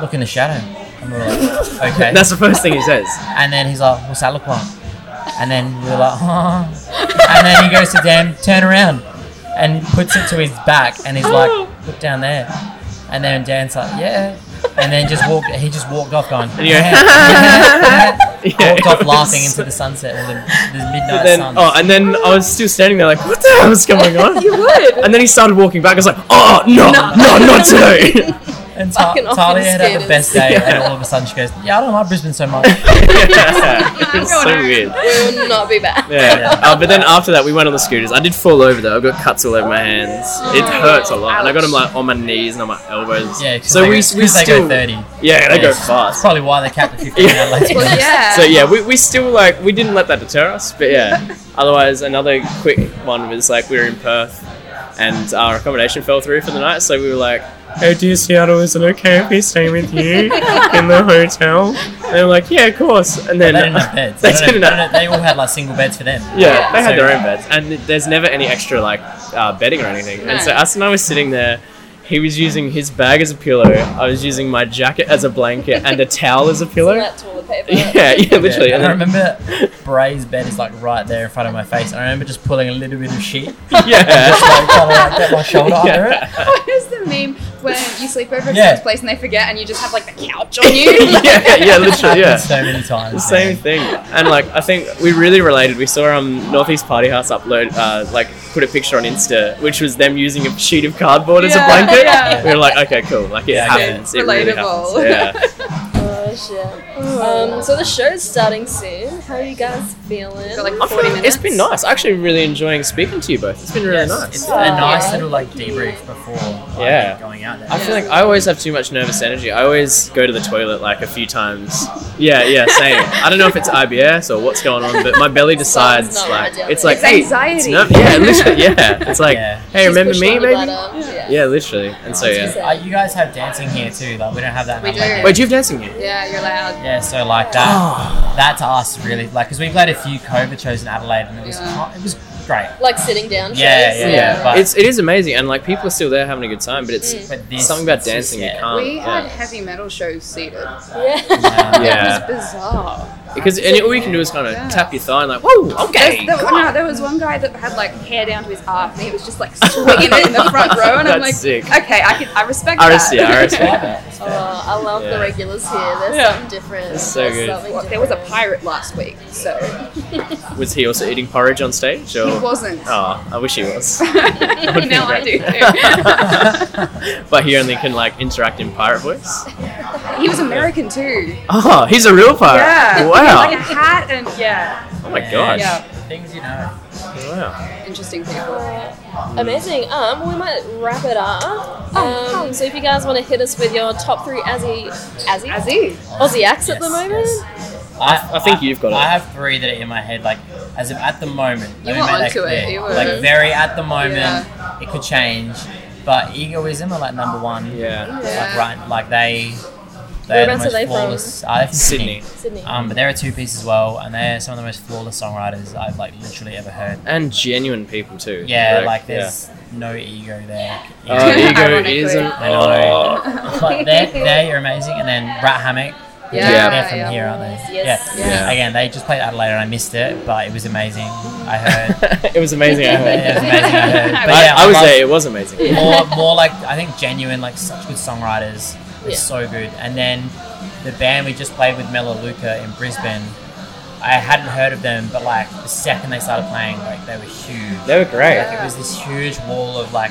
Speaker 8: Look in the shadow and we were
Speaker 2: <laughs>
Speaker 8: like, Okay.
Speaker 2: That's the first thing he says.
Speaker 8: And then he's like, what's that look like? And then we were like, huh. And then he goes to Dan, turn around. And puts it to his back and he's like, look down there. And then Dan's like, yeah. And then just walked, he just walked off going,
Speaker 2: you go,
Speaker 8: yeah, yeah,
Speaker 2: <laughs>
Speaker 8: yeah."
Speaker 2: Yeah,
Speaker 8: walked
Speaker 2: it
Speaker 8: off
Speaker 2: was-
Speaker 8: laughing into the sunset, or the, the midnight
Speaker 2: And then,
Speaker 8: sun.
Speaker 2: oh, and then I was still standing there like, what the hell is going on?
Speaker 4: You would.
Speaker 2: And then he started walking back. I was like, oh no, no, not today. <laughs>
Speaker 8: and Ta-
Speaker 4: fucking off
Speaker 8: Talia
Speaker 4: in
Speaker 8: had had the
Speaker 4: skaters.
Speaker 8: best day,
Speaker 2: Yeah. <laughs>
Speaker 8: and all of a sudden she goes, yeah, I don't like Brisbane so much.
Speaker 2: yeah, it was so weird.
Speaker 4: We will not be back.
Speaker 2: Yeah.
Speaker 8: Yeah.
Speaker 2: Uh, but then after that, we went on the scooters. I did fall over though. I've got cuts all over my hands. It hurts a lot, and I got them like on my knees and on my elbows.
Speaker 8: Yeah, 'cause
Speaker 2: So
Speaker 8: they
Speaker 2: we, we
Speaker 8: go, 'cause they
Speaker 2: still
Speaker 8: go 30.
Speaker 2: yeah they go
Speaker 8: Yes. That's <laughs>
Speaker 2: fast.
Speaker 8: probably why they capped the 15
Speaker 2: Yeah. <laughs>
Speaker 8: out later.
Speaker 7: Well, yeah.
Speaker 2: So yeah, we, we still like we didn't let that deter us, but
Speaker 8: <laughs>
Speaker 2: yeah. Otherwise, another quick one was like we were in Perth, and our accommodation fell through for the night, so we were like, "Oh dear Seattle, is it okay if we stay with
Speaker 8: <laughs>
Speaker 2: you in the hotel?" And they were like, "Yeah, of course." And
Speaker 8: They
Speaker 2: then
Speaker 8: didn't have
Speaker 2: <laughs>
Speaker 8: beds.
Speaker 2: They
Speaker 8: They,
Speaker 2: didn't have-
Speaker 8: they all had like single beds for them.
Speaker 2: <laughs> Yeah, they had
Speaker 8: So-
Speaker 2: their own beds, and there's never any extra like uh, bedding or anything. And so
Speaker 7: No.
Speaker 2: us and I was sitting there. He was using his bag as a pillow. I was using my jacket as a blanket and a towel as a pillow.
Speaker 4: That toilet paper.
Speaker 2: <laughs> yeah, yeah, literally.
Speaker 8: Yeah,
Speaker 2: And
Speaker 8: and I
Speaker 2: then,
Speaker 8: remember Bray's bed is like right there in front of my face. And I remember just pulling a little bit of
Speaker 2: <laughs>
Speaker 8: sheet,
Speaker 2: <laughs> yeah,
Speaker 8: like, kind of like get my shoulder under it.
Speaker 2: yeah,
Speaker 7: What is the meme when you sleep over at
Speaker 8: Yeah.
Speaker 7: someone's place and they forget and you just have like the couch on you?
Speaker 2: <laughs> yeah, yeah,
Speaker 7: <laughs>
Speaker 8: Happened
Speaker 2: literally,
Speaker 8: <laughs>
Speaker 2: yeah.
Speaker 8: so many times.
Speaker 2: The same
Speaker 8: man.
Speaker 2: thing. And like, I think we really related. We saw um Northeast Party House upload, uh, like, put a picture on Insta, which was them using a sheet of cardboard as a
Speaker 7: Yeah,
Speaker 2: blanket.
Speaker 7: yeah.
Speaker 2: We were like, okay, cool. Like, it
Speaker 8: Yeah, I get it.
Speaker 2: happens. It really happens.
Speaker 7: Relatable.
Speaker 2: Yeah.
Speaker 4: Oh shit. Um, so the show's starting soon. How are you guys feeling?
Speaker 7: Got, like,
Speaker 2: I'm
Speaker 7: 40
Speaker 2: feeling-
Speaker 7: minutes.
Speaker 2: It's been nice. Actually, really enjoying speaking to you both. It's been really nice.
Speaker 8: It's
Speaker 4: Yeah.
Speaker 8: a nice
Speaker 4: Yeah.
Speaker 8: little like debrief before like,
Speaker 2: Yeah.
Speaker 8: going out there.
Speaker 2: I feel like I always have too much nervous energy. I always go to the toilet like a few times. Yeah, yeah, same. I don't know if it's IBS or what's going on, but my belly decides
Speaker 4: not
Speaker 2: like
Speaker 4: ideal.
Speaker 2: it's like
Speaker 7: It's
Speaker 2: hey,
Speaker 7: anxiety.
Speaker 2: it's nerve- yeah, literally,
Speaker 8: <laughs>
Speaker 2: yeah. It's like
Speaker 8: Yeah.
Speaker 2: hey, remember me, maybe?
Speaker 4: Yeah.
Speaker 2: Yeah, literally. And so yeah.
Speaker 8: Uh, you guys have dancing here too. Like we don't have that. in
Speaker 7: We
Speaker 8: Adelaide.
Speaker 7: do.
Speaker 2: Wait, do you have dancing here?
Speaker 7: Yeah, you're loud.
Speaker 8: Yeah, so like that.
Speaker 2: <sighs>
Speaker 8: That to us really like because we played a few COVID shows in Adelaide and it was
Speaker 7: Yeah.
Speaker 8: hot- it was great.
Speaker 4: Like sitting down.
Speaker 8: Yeah,
Speaker 4: shows.
Speaker 8: yeah, yeah. But
Speaker 2: It's it is amazing, and like people are still there having a good time, but it's
Speaker 8: but this,
Speaker 2: something about
Speaker 8: Mm. it's just-
Speaker 2: dancing you
Speaker 8: yeah.
Speaker 2: can't.
Speaker 7: we
Speaker 2: yeah.
Speaker 7: had heavy metal shows seated.
Speaker 4: <laughs> Yeah.
Speaker 8: Um,
Speaker 2: Yeah.
Speaker 7: It was bizarre.
Speaker 2: because and all you can do is kind of
Speaker 7: Yeah.
Speaker 2: tap your thigh and like whoa, okay.
Speaker 7: There, no, there was one guy that had like hair down to his arm and he was just like swinging it in the front row, and I'm
Speaker 2: That's
Speaker 7: like,
Speaker 2: sick.
Speaker 7: okay, I can, I respect
Speaker 2: I
Speaker 7: that.
Speaker 2: res- yeah,
Speaker 7: <laughs>
Speaker 2: I respect that.
Speaker 4: Oh, I love
Speaker 2: Yeah.
Speaker 4: the regulars here. There's
Speaker 2: Yeah.
Speaker 4: something different.
Speaker 2: It's so
Speaker 4: There's
Speaker 2: good.
Speaker 4: something
Speaker 7: Well, there was a
Speaker 4: different.
Speaker 7: pirate last week, so
Speaker 2: Was he also eating porridge on stage? Or?
Speaker 7: he wasn't. <laughs>
Speaker 2: Oh, I wish he was.
Speaker 7: now I do.
Speaker 2: <laughs>
Speaker 7: too.
Speaker 2: but he only can like interact in pirate voice.
Speaker 7: he was American too.
Speaker 2: Oh, he's a real pirate.
Speaker 7: Yeah. Like a
Speaker 2: Wow.
Speaker 7: hat and yeah.
Speaker 2: Oh my gosh.
Speaker 7: Yeah.
Speaker 8: Things you know.
Speaker 2: Wow.
Speaker 7: Interesting people.
Speaker 4: Amazing. Um, we might wrap it up. Um, so if you guys want to hit us with your top three Aussie, Aussie,
Speaker 7: Azzy.
Speaker 4: Aussie acts at the
Speaker 8: Yes,
Speaker 4: moment.
Speaker 8: I,
Speaker 2: I think you've got it.
Speaker 8: I have three that are in my head, like as of at the moment.
Speaker 7: You
Speaker 8: let me
Speaker 7: were
Speaker 8: make that
Speaker 7: onto it,
Speaker 8: clear.
Speaker 7: you were.
Speaker 8: Like very at the moment,
Speaker 7: Yeah.
Speaker 8: it could change. But egoism are like number one.
Speaker 2: Yeah.
Speaker 7: Yeah.
Speaker 8: Like right, like they. They're the
Speaker 4: Whereabouts
Speaker 8: most
Speaker 4: are they from?
Speaker 8: flawless. Uh, they're from
Speaker 2: Sydney.
Speaker 4: Sydney.
Speaker 8: Um, but they're a two piece as well, and they're some of the most flawless songwriters I've like literally ever heard.
Speaker 2: And genuine people too.
Speaker 8: Yeah, like there's no ego there.
Speaker 2: Yeah. Oh, ego
Speaker 7: Ironically.
Speaker 2: isn't.
Speaker 8: I <laughs> know. <laughs> but they they are amazing, and then Rat Hammock.
Speaker 7: Yeah,
Speaker 8: they're from
Speaker 7: yeah.
Speaker 8: here, aren't they?
Speaker 4: Yes.
Speaker 8: Yeah.
Speaker 2: Yeah.
Speaker 8: Again, they just played Adelaide, and I missed it, but it was amazing. I
Speaker 2: <laughs>
Speaker 8: heard.
Speaker 2: it was amazing. I heard.
Speaker 8: Yeah, it was amazing. I heard. But
Speaker 2: I,
Speaker 8: yeah,
Speaker 2: I was
Speaker 8: like,
Speaker 2: there. It was amazing.
Speaker 8: More, more like I think genuine, like such good songwriters. It's
Speaker 4: Yeah.
Speaker 8: so good. And then the band we just played with Melaleuca in Brisbane. I hadn't heard of them, but like the second they started playing, like they were huge.
Speaker 2: They were great.
Speaker 8: Like it was this huge wall of like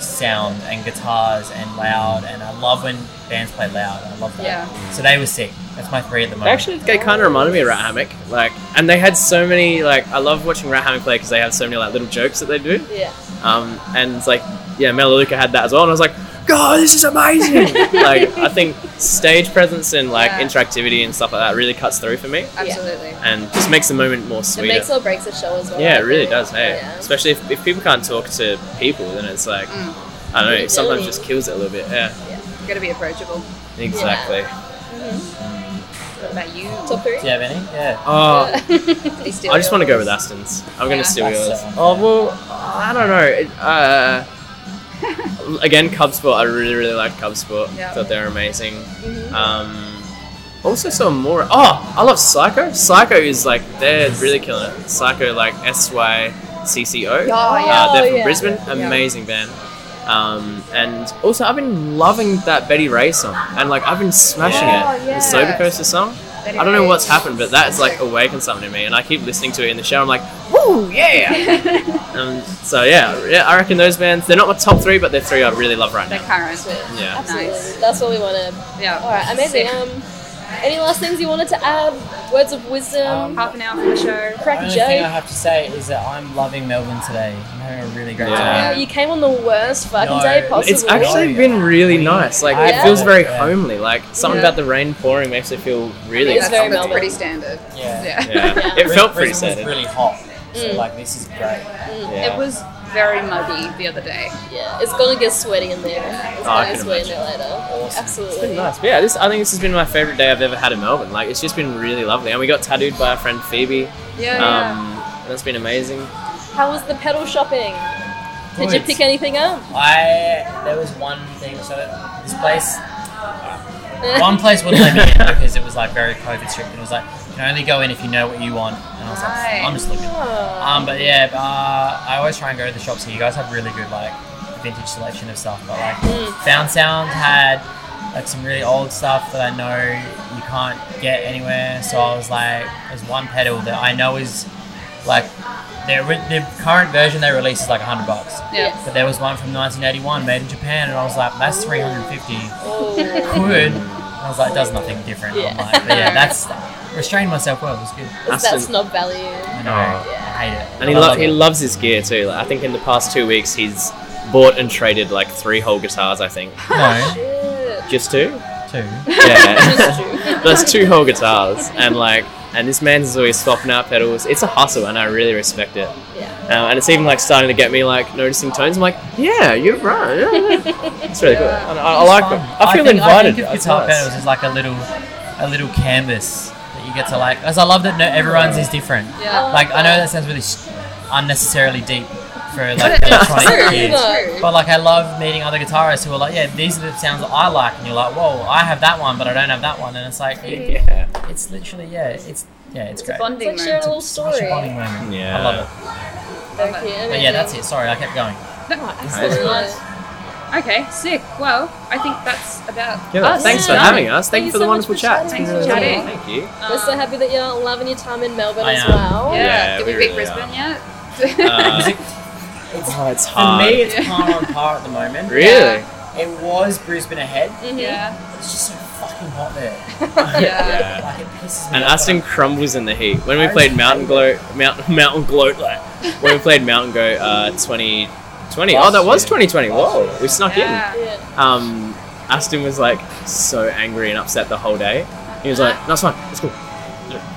Speaker 8: sound and guitars and loud, and I love when bands play loud. I love that.
Speaker 7: Yeah.
Speaker 8: So they were sick. That's my three at the
Speaker 2: They
Speaker 8: moment.
Speaker 2: Actually, they kind of reminded me of Rat Hammock. Like, and they had so many. Like, I love watching Rat Hammock play because they have so many like little jokes that they do.
Speaker 4: Yeah.
Speaker 2: Um, and it's like, yeah, Melaleuca had that as well, and I was like, "God, this
Speaker 4: <laughs>
Speaker 2: is amazing!" like I think stage presence and like
Speaker 7: Yeah.
Speaker 2: interactivity and stuff like that really cuts through for me,
Speaker 7: Absolutely.
Speaker 2: and just makes the moment more sweeter.
Speaker 4: It makes or breaks a show as well.
Speaker 2: yeah,
Speaker 4: I
Speaker 2: it really
Speaker 4: think.
Speaker 2: does. Hey,
Speaker 4: Yeah.
Speaker 2: especially if, if people can't talk to people, then it's like
Speaker 4: Mm.
Speaker 2: I don't know. It sometimes just kills it a little bit. Yeah,
Speaker 7: Got to be approachable.
Speaker 2: exactly.
Speaker 7: What about you?
Speaker 4: Top three.
Speaker 8: Do you have any? Yeah.
Speaker 2: Oh,
Speaker 7: Did he steal
Speaker 2: I just want to go
Speaker 7: yours?
Speaker 2: with Aston's. I'm gonna
Speaker 7: Yeah.
Speaker 2: steal
Speaker 8: That's
Speaker 2: yours.
Speaker 8: so
Speaker 2: Oh
Speaker 8: unfair.
Speaker 2: well, I don't know. It,
Speaker 7: <laughs>
Speaker 2: uh, again, Cub Sport. I really, really like Cub Sport.
Speaker 7: Yeah. Mm-hmm.
Speaker 2: Thought they were amazing. Um, also saw more. Oh, I love Psycho. Psycho is like they're really killing it. Psycho like S Y C C O.
Speaker 7: Oh, yeah.
Speaker 2: Uh, they're from
Speaker 4: yeah.
Speaker 2: Brisbane. Amazing band. Um, and also, I've been loving that Betty Ray song, and like I've been smashing
Speaker 7: Yeah.
Speaker 2: it.
Speaker 7: Oh, yeah.
Speaker 2: The Sober Coaster song.
Speaker 7: Betty
Speaker 2: I don't know
Speaker 7: Ray.
Speaker 2: what's happened, but that's like awakened something in me, and I keep listening to it in the shower. I'm like, woo, yeah. um, so yeah, yeah, I reckon those bands. They're not my top three, but they're three I really love
Speaker 7: <laughs>
Speaker 2: right
Speaker 7: The
Speaker 2: now.
Speaker 7: current.
Speaker 2: Yeah.
Speaker 4: Absolutely.
Speaker 7: Nice.
Speaker 4: That's what we wanted.
Speaker 7: Yeah.
Speaker 4: All right, amazing.
Speaker 7: Sick.
Speaker 4: Um, any last things you wanted to add? Words of wisdom.
Speaker 8: Um,
Speaker 7: Half an hour for the show.
Speaker 4: crack a
Speaker 8: The only thing I
Speaker 4: joke.
Speaker 8: have to say is that I'm loving Melbourne today. I'm having a really great
Speaker 2: Yeah.
Speaker 4: Yeah,
Speaker 8: time.
Speaker 4: you came on the worst fucking
Speaker 8: No,
Speaker 4: day
Speaker 8: it's
Speaker 4: possible.
Speaker 2: It's actually been really nice. Like
Speaker 4: Yeah.
Speaker 2: it feels very
Speaker 8: Yeah.
Speaker 2: homely. Like something
Speaker 7: Yeah.
Speaker 2: about the rain pouring makes it feel really.
Speaker 4: It's
Speaker 7: That's,
Speaker 4: very
Speaker 7: that's
Speaker 4: Melbourne.
Speaker 7: pretty standard.
Speaker 8: Yeah.
Speaker 2: Yeah, it felt pretty
Speaker 8: Brisbane
Speaker 2: sad.
Speaker 8: was really hot.
Speaker 4: Mm.
Speaker 8: So like this is great.
Speaker 2: Yeah.
Speaker 7: <laughs> It was very muggy the other day.
Speaker 4: Yeah, it's gonna get sweaty in there. It's
Speaker 2: Oh, I
Speaker 4: gonna
Speaker 2: can
Speaker 4: get sweaty in there later. Absolutely.
Speaker 2: Pretty nice. But yeah, this I think this has been my favorite day I've ever had in Melbourne. Like it's just been really lovely, and we got tattooed by our friend Phoebe.
Speaker 4: Oh,
Speaker 7: Yeah.
Speaker 2: Um, and that's been amazing.
Speaker 4: How was the pedal shopping? Did you
Speaker 8: Good.
Speaker 4: pick anything up?
Speaker 8: I there was one thing so this place one place wouldn't let me in
Speaker 2: <laughs>
Speaker 8: because it was like very COVID strict. It was like you can only go in if you know what you want. And I was like,
Speaker 4: <laughs>
Speaker 8: I'm just looking.
Speaker 4: Oh,
Speaker 8: Um, but yeah, uh, I always try and go to the shops here. You guys have really good like vintage selection of stuff. But like,
Speaker 2: Mm.
Speaker 8: Found Sound had like some really old stuff that I know you can't get anywhere. So I was like, there's one pedal that I know is like their ri- their current version they release is like 100 bucks.
Speaker 7: yeah.
Speaker 8: But there was one from 1981 made in Japan, and I was like, that's 350
Speaker 4: Oh,
Speaker 8: would. I was like, it does nothing different.
Speaker 4: Yeah.
Speaker 8: I'm like,
Speaker 2: <laughs>
Speaker 8: but yeah, that's restrained myself well. It was good.
Speaker 4: that's
Speaker 2: Aston-
Speaker 4: that snob value.
Speaker 8: I know. I hate it.
Speaker 2: And he,
Speaker 8: But I
Speaker 2: lo-
Speaker 8: love
Speaker 2: he
Speaker 8: it.
Speaker 2: loves his gear too. Like, I think in the past two weeks he's bought and traded like three whole guitars. I think
Speaker 8: no
Speaker 2: just two.
Speaker 8: too.
Speaker 2: <laughs> Yeah, that's two whole guitars. And like, and this man's always swapping out pedals. It's a hustle, and I really respect it.
Speaker 4: Yeah.
Speaker 2: Uh, and it's even like starting to get me like noticing tones. I'm like, yeah, you're right. Yeah, yeah." It's really good. I, I, I like them. I feel
Speaker 8: think,
Speaker 2: invited.
Speaker 8: I think of
Speaker 2: That's
Speaker 8: guitar
Speaker 2: nice.
Speaker 8: pedals is like a little, a little canvas that you get to like. As I love that no, everyone's is different.
Speaker 7: Yeah. Um,
Speaker 8: Like I know that sounds really s- unnecessarily deep for like electronic
Speaker 4: True,
Speaker 8: kids.
Speaker 4: though.
Speaker 8: But like I love meeting other guitarists who are like, yeah, these are the sounds that I like, and you're like, whoa, I have that one, but I don't have that one, and it's like,
Speaker 2: Yeah.
Speaker 8: it's literally yeah, it's yeah, it's, great.
Speaker 4: It's
Speaker 7: Bonding
Speaker 4: like sharing a
Speaker 7: moment.
Speaker 4: little story.
Speaker 8: bonding moment.
Speaker 2: Yeah.
Speaker 8: I love it.
Speaker 4: Very cute,
Speaker 8: But yeah,
Speaker 4: amazing.
Speaker 8: that's it. Sorry, I kept going.
Speaker 2: That's nice.
Speaker 7: Okay, sick. Well, I think that's about
Speaker 2: Yeah,
Speaker 7: us.
Speaker 2: thanks for
Speaker 7: done.
Speaker 2: having us. Thank
Speaker 4: Thank
Speaker 2: you
Speaker 4: you
Speaker 2: for
Speaker 4: so
Speaker 2: the
Speaker 4: much
Speaker 2: wonderful
Speaker 4: for
Speaker 2: chat. It's
Speaker 4: chatting.
Speaker 2: been
Speaker 7: Thanks
Speaker 2: really
Speaker 7: for
Speaker 2: lovely.
Speaker 7: chatting.
Speaker 2: Thank you.
Speaker 7: Um,
Speaker 4: We're so happy that you're loving your time in Melbourne
Speaker 8: I
Speaker 4: as
Speaker 8: am.
Speaker 4: well.
Speaker 7: Oh, Yeah.
Speaker 2: Yeah,
Speaker 7: Did
Speaker 2: we
Speaker 7: we beat
Speaker 2: really
Speaker 7: Brisbane
Speaker 2: are.
Speaker 7: yet? <laughs>
Speaker 2: Uh, <laughs> oh, it's hard.
Speaker 8: For me, it's
Speaker 7: Yeah.
Speaker 8: par on par at the moment.
Speaker 2: really?
Speaker 7: Yeah.
Speaker 8: It was Brisbane ahead.
Speaker 7: yeah.
Speaker 8: It's just so fucking hot there.
Speaker 7: Mm-hmm. Yeah.
Speaker 2: <laughs> Yeah.
Speaker 8: Like it pisses me
Speaker 2: And
Speaker 8: off
Speaker 2: Aston
Speaker 8: when
Speaker 2: crumbles in the heat. When we played Mountain Glow, Mountain <laughs> Mountain Glow, like, when we played Mountain Go, uh, 2020. Oh, that was 2020. Whoa, we snuck in.
Speaker 7: Yeah.
Speaker 4: Yeah.
Speaker 2: Um, Aston was like so angry and upset the whole day. He was like, "No, it's fine. It's cool."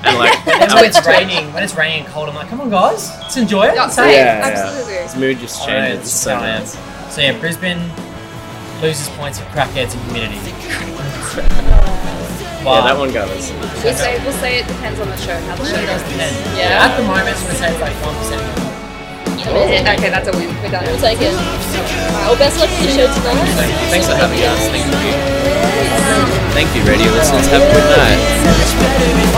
Speaker 2: And like,
Speaker 8: It's,
Speaker 7: <laughs>
Speaker 8: when
Speaker 2: our-
Speaker 8: it's raining. When it's raining and cold, I'm like, come on, guys, let's enjoy it.
Speaker 7: Yeah,
Speaker 8: It's
Speaker 7: same.
Speaker 8: safe."
Speaker 2: yeah.
Speaker 7: Absolutely.
Speaker 2: his mood just
Speaker 8: I don't know,
Speaker 2: changes.
Speaker 8: it's
Speaker 2: It's
Speaker 8: just
Speaker 2: so
Speaker 8: how I am.
Speaker 2: nice.
Speaker 8: So yeah, Brisbane loses points for crackheads and humidity. Wow.
Speaker 2: Yeah, that one goes.
Speaker 7: We'll say, we'll say it depends on the show, how the show does.
Speaker 8: Yeah.
Speaker 4: Yeah.
Speaker 8: At the moment, I'm gonna say it's like one percent.
Speaker 7: Okay, that's a win. We're done.
Speaker 4: We'll take it. Well, best luck for the show tonight.
Speaker 2: Thanks for having us. Thank you. Thank you, radio listeners. Have a good night.
Speaker 3: So much better in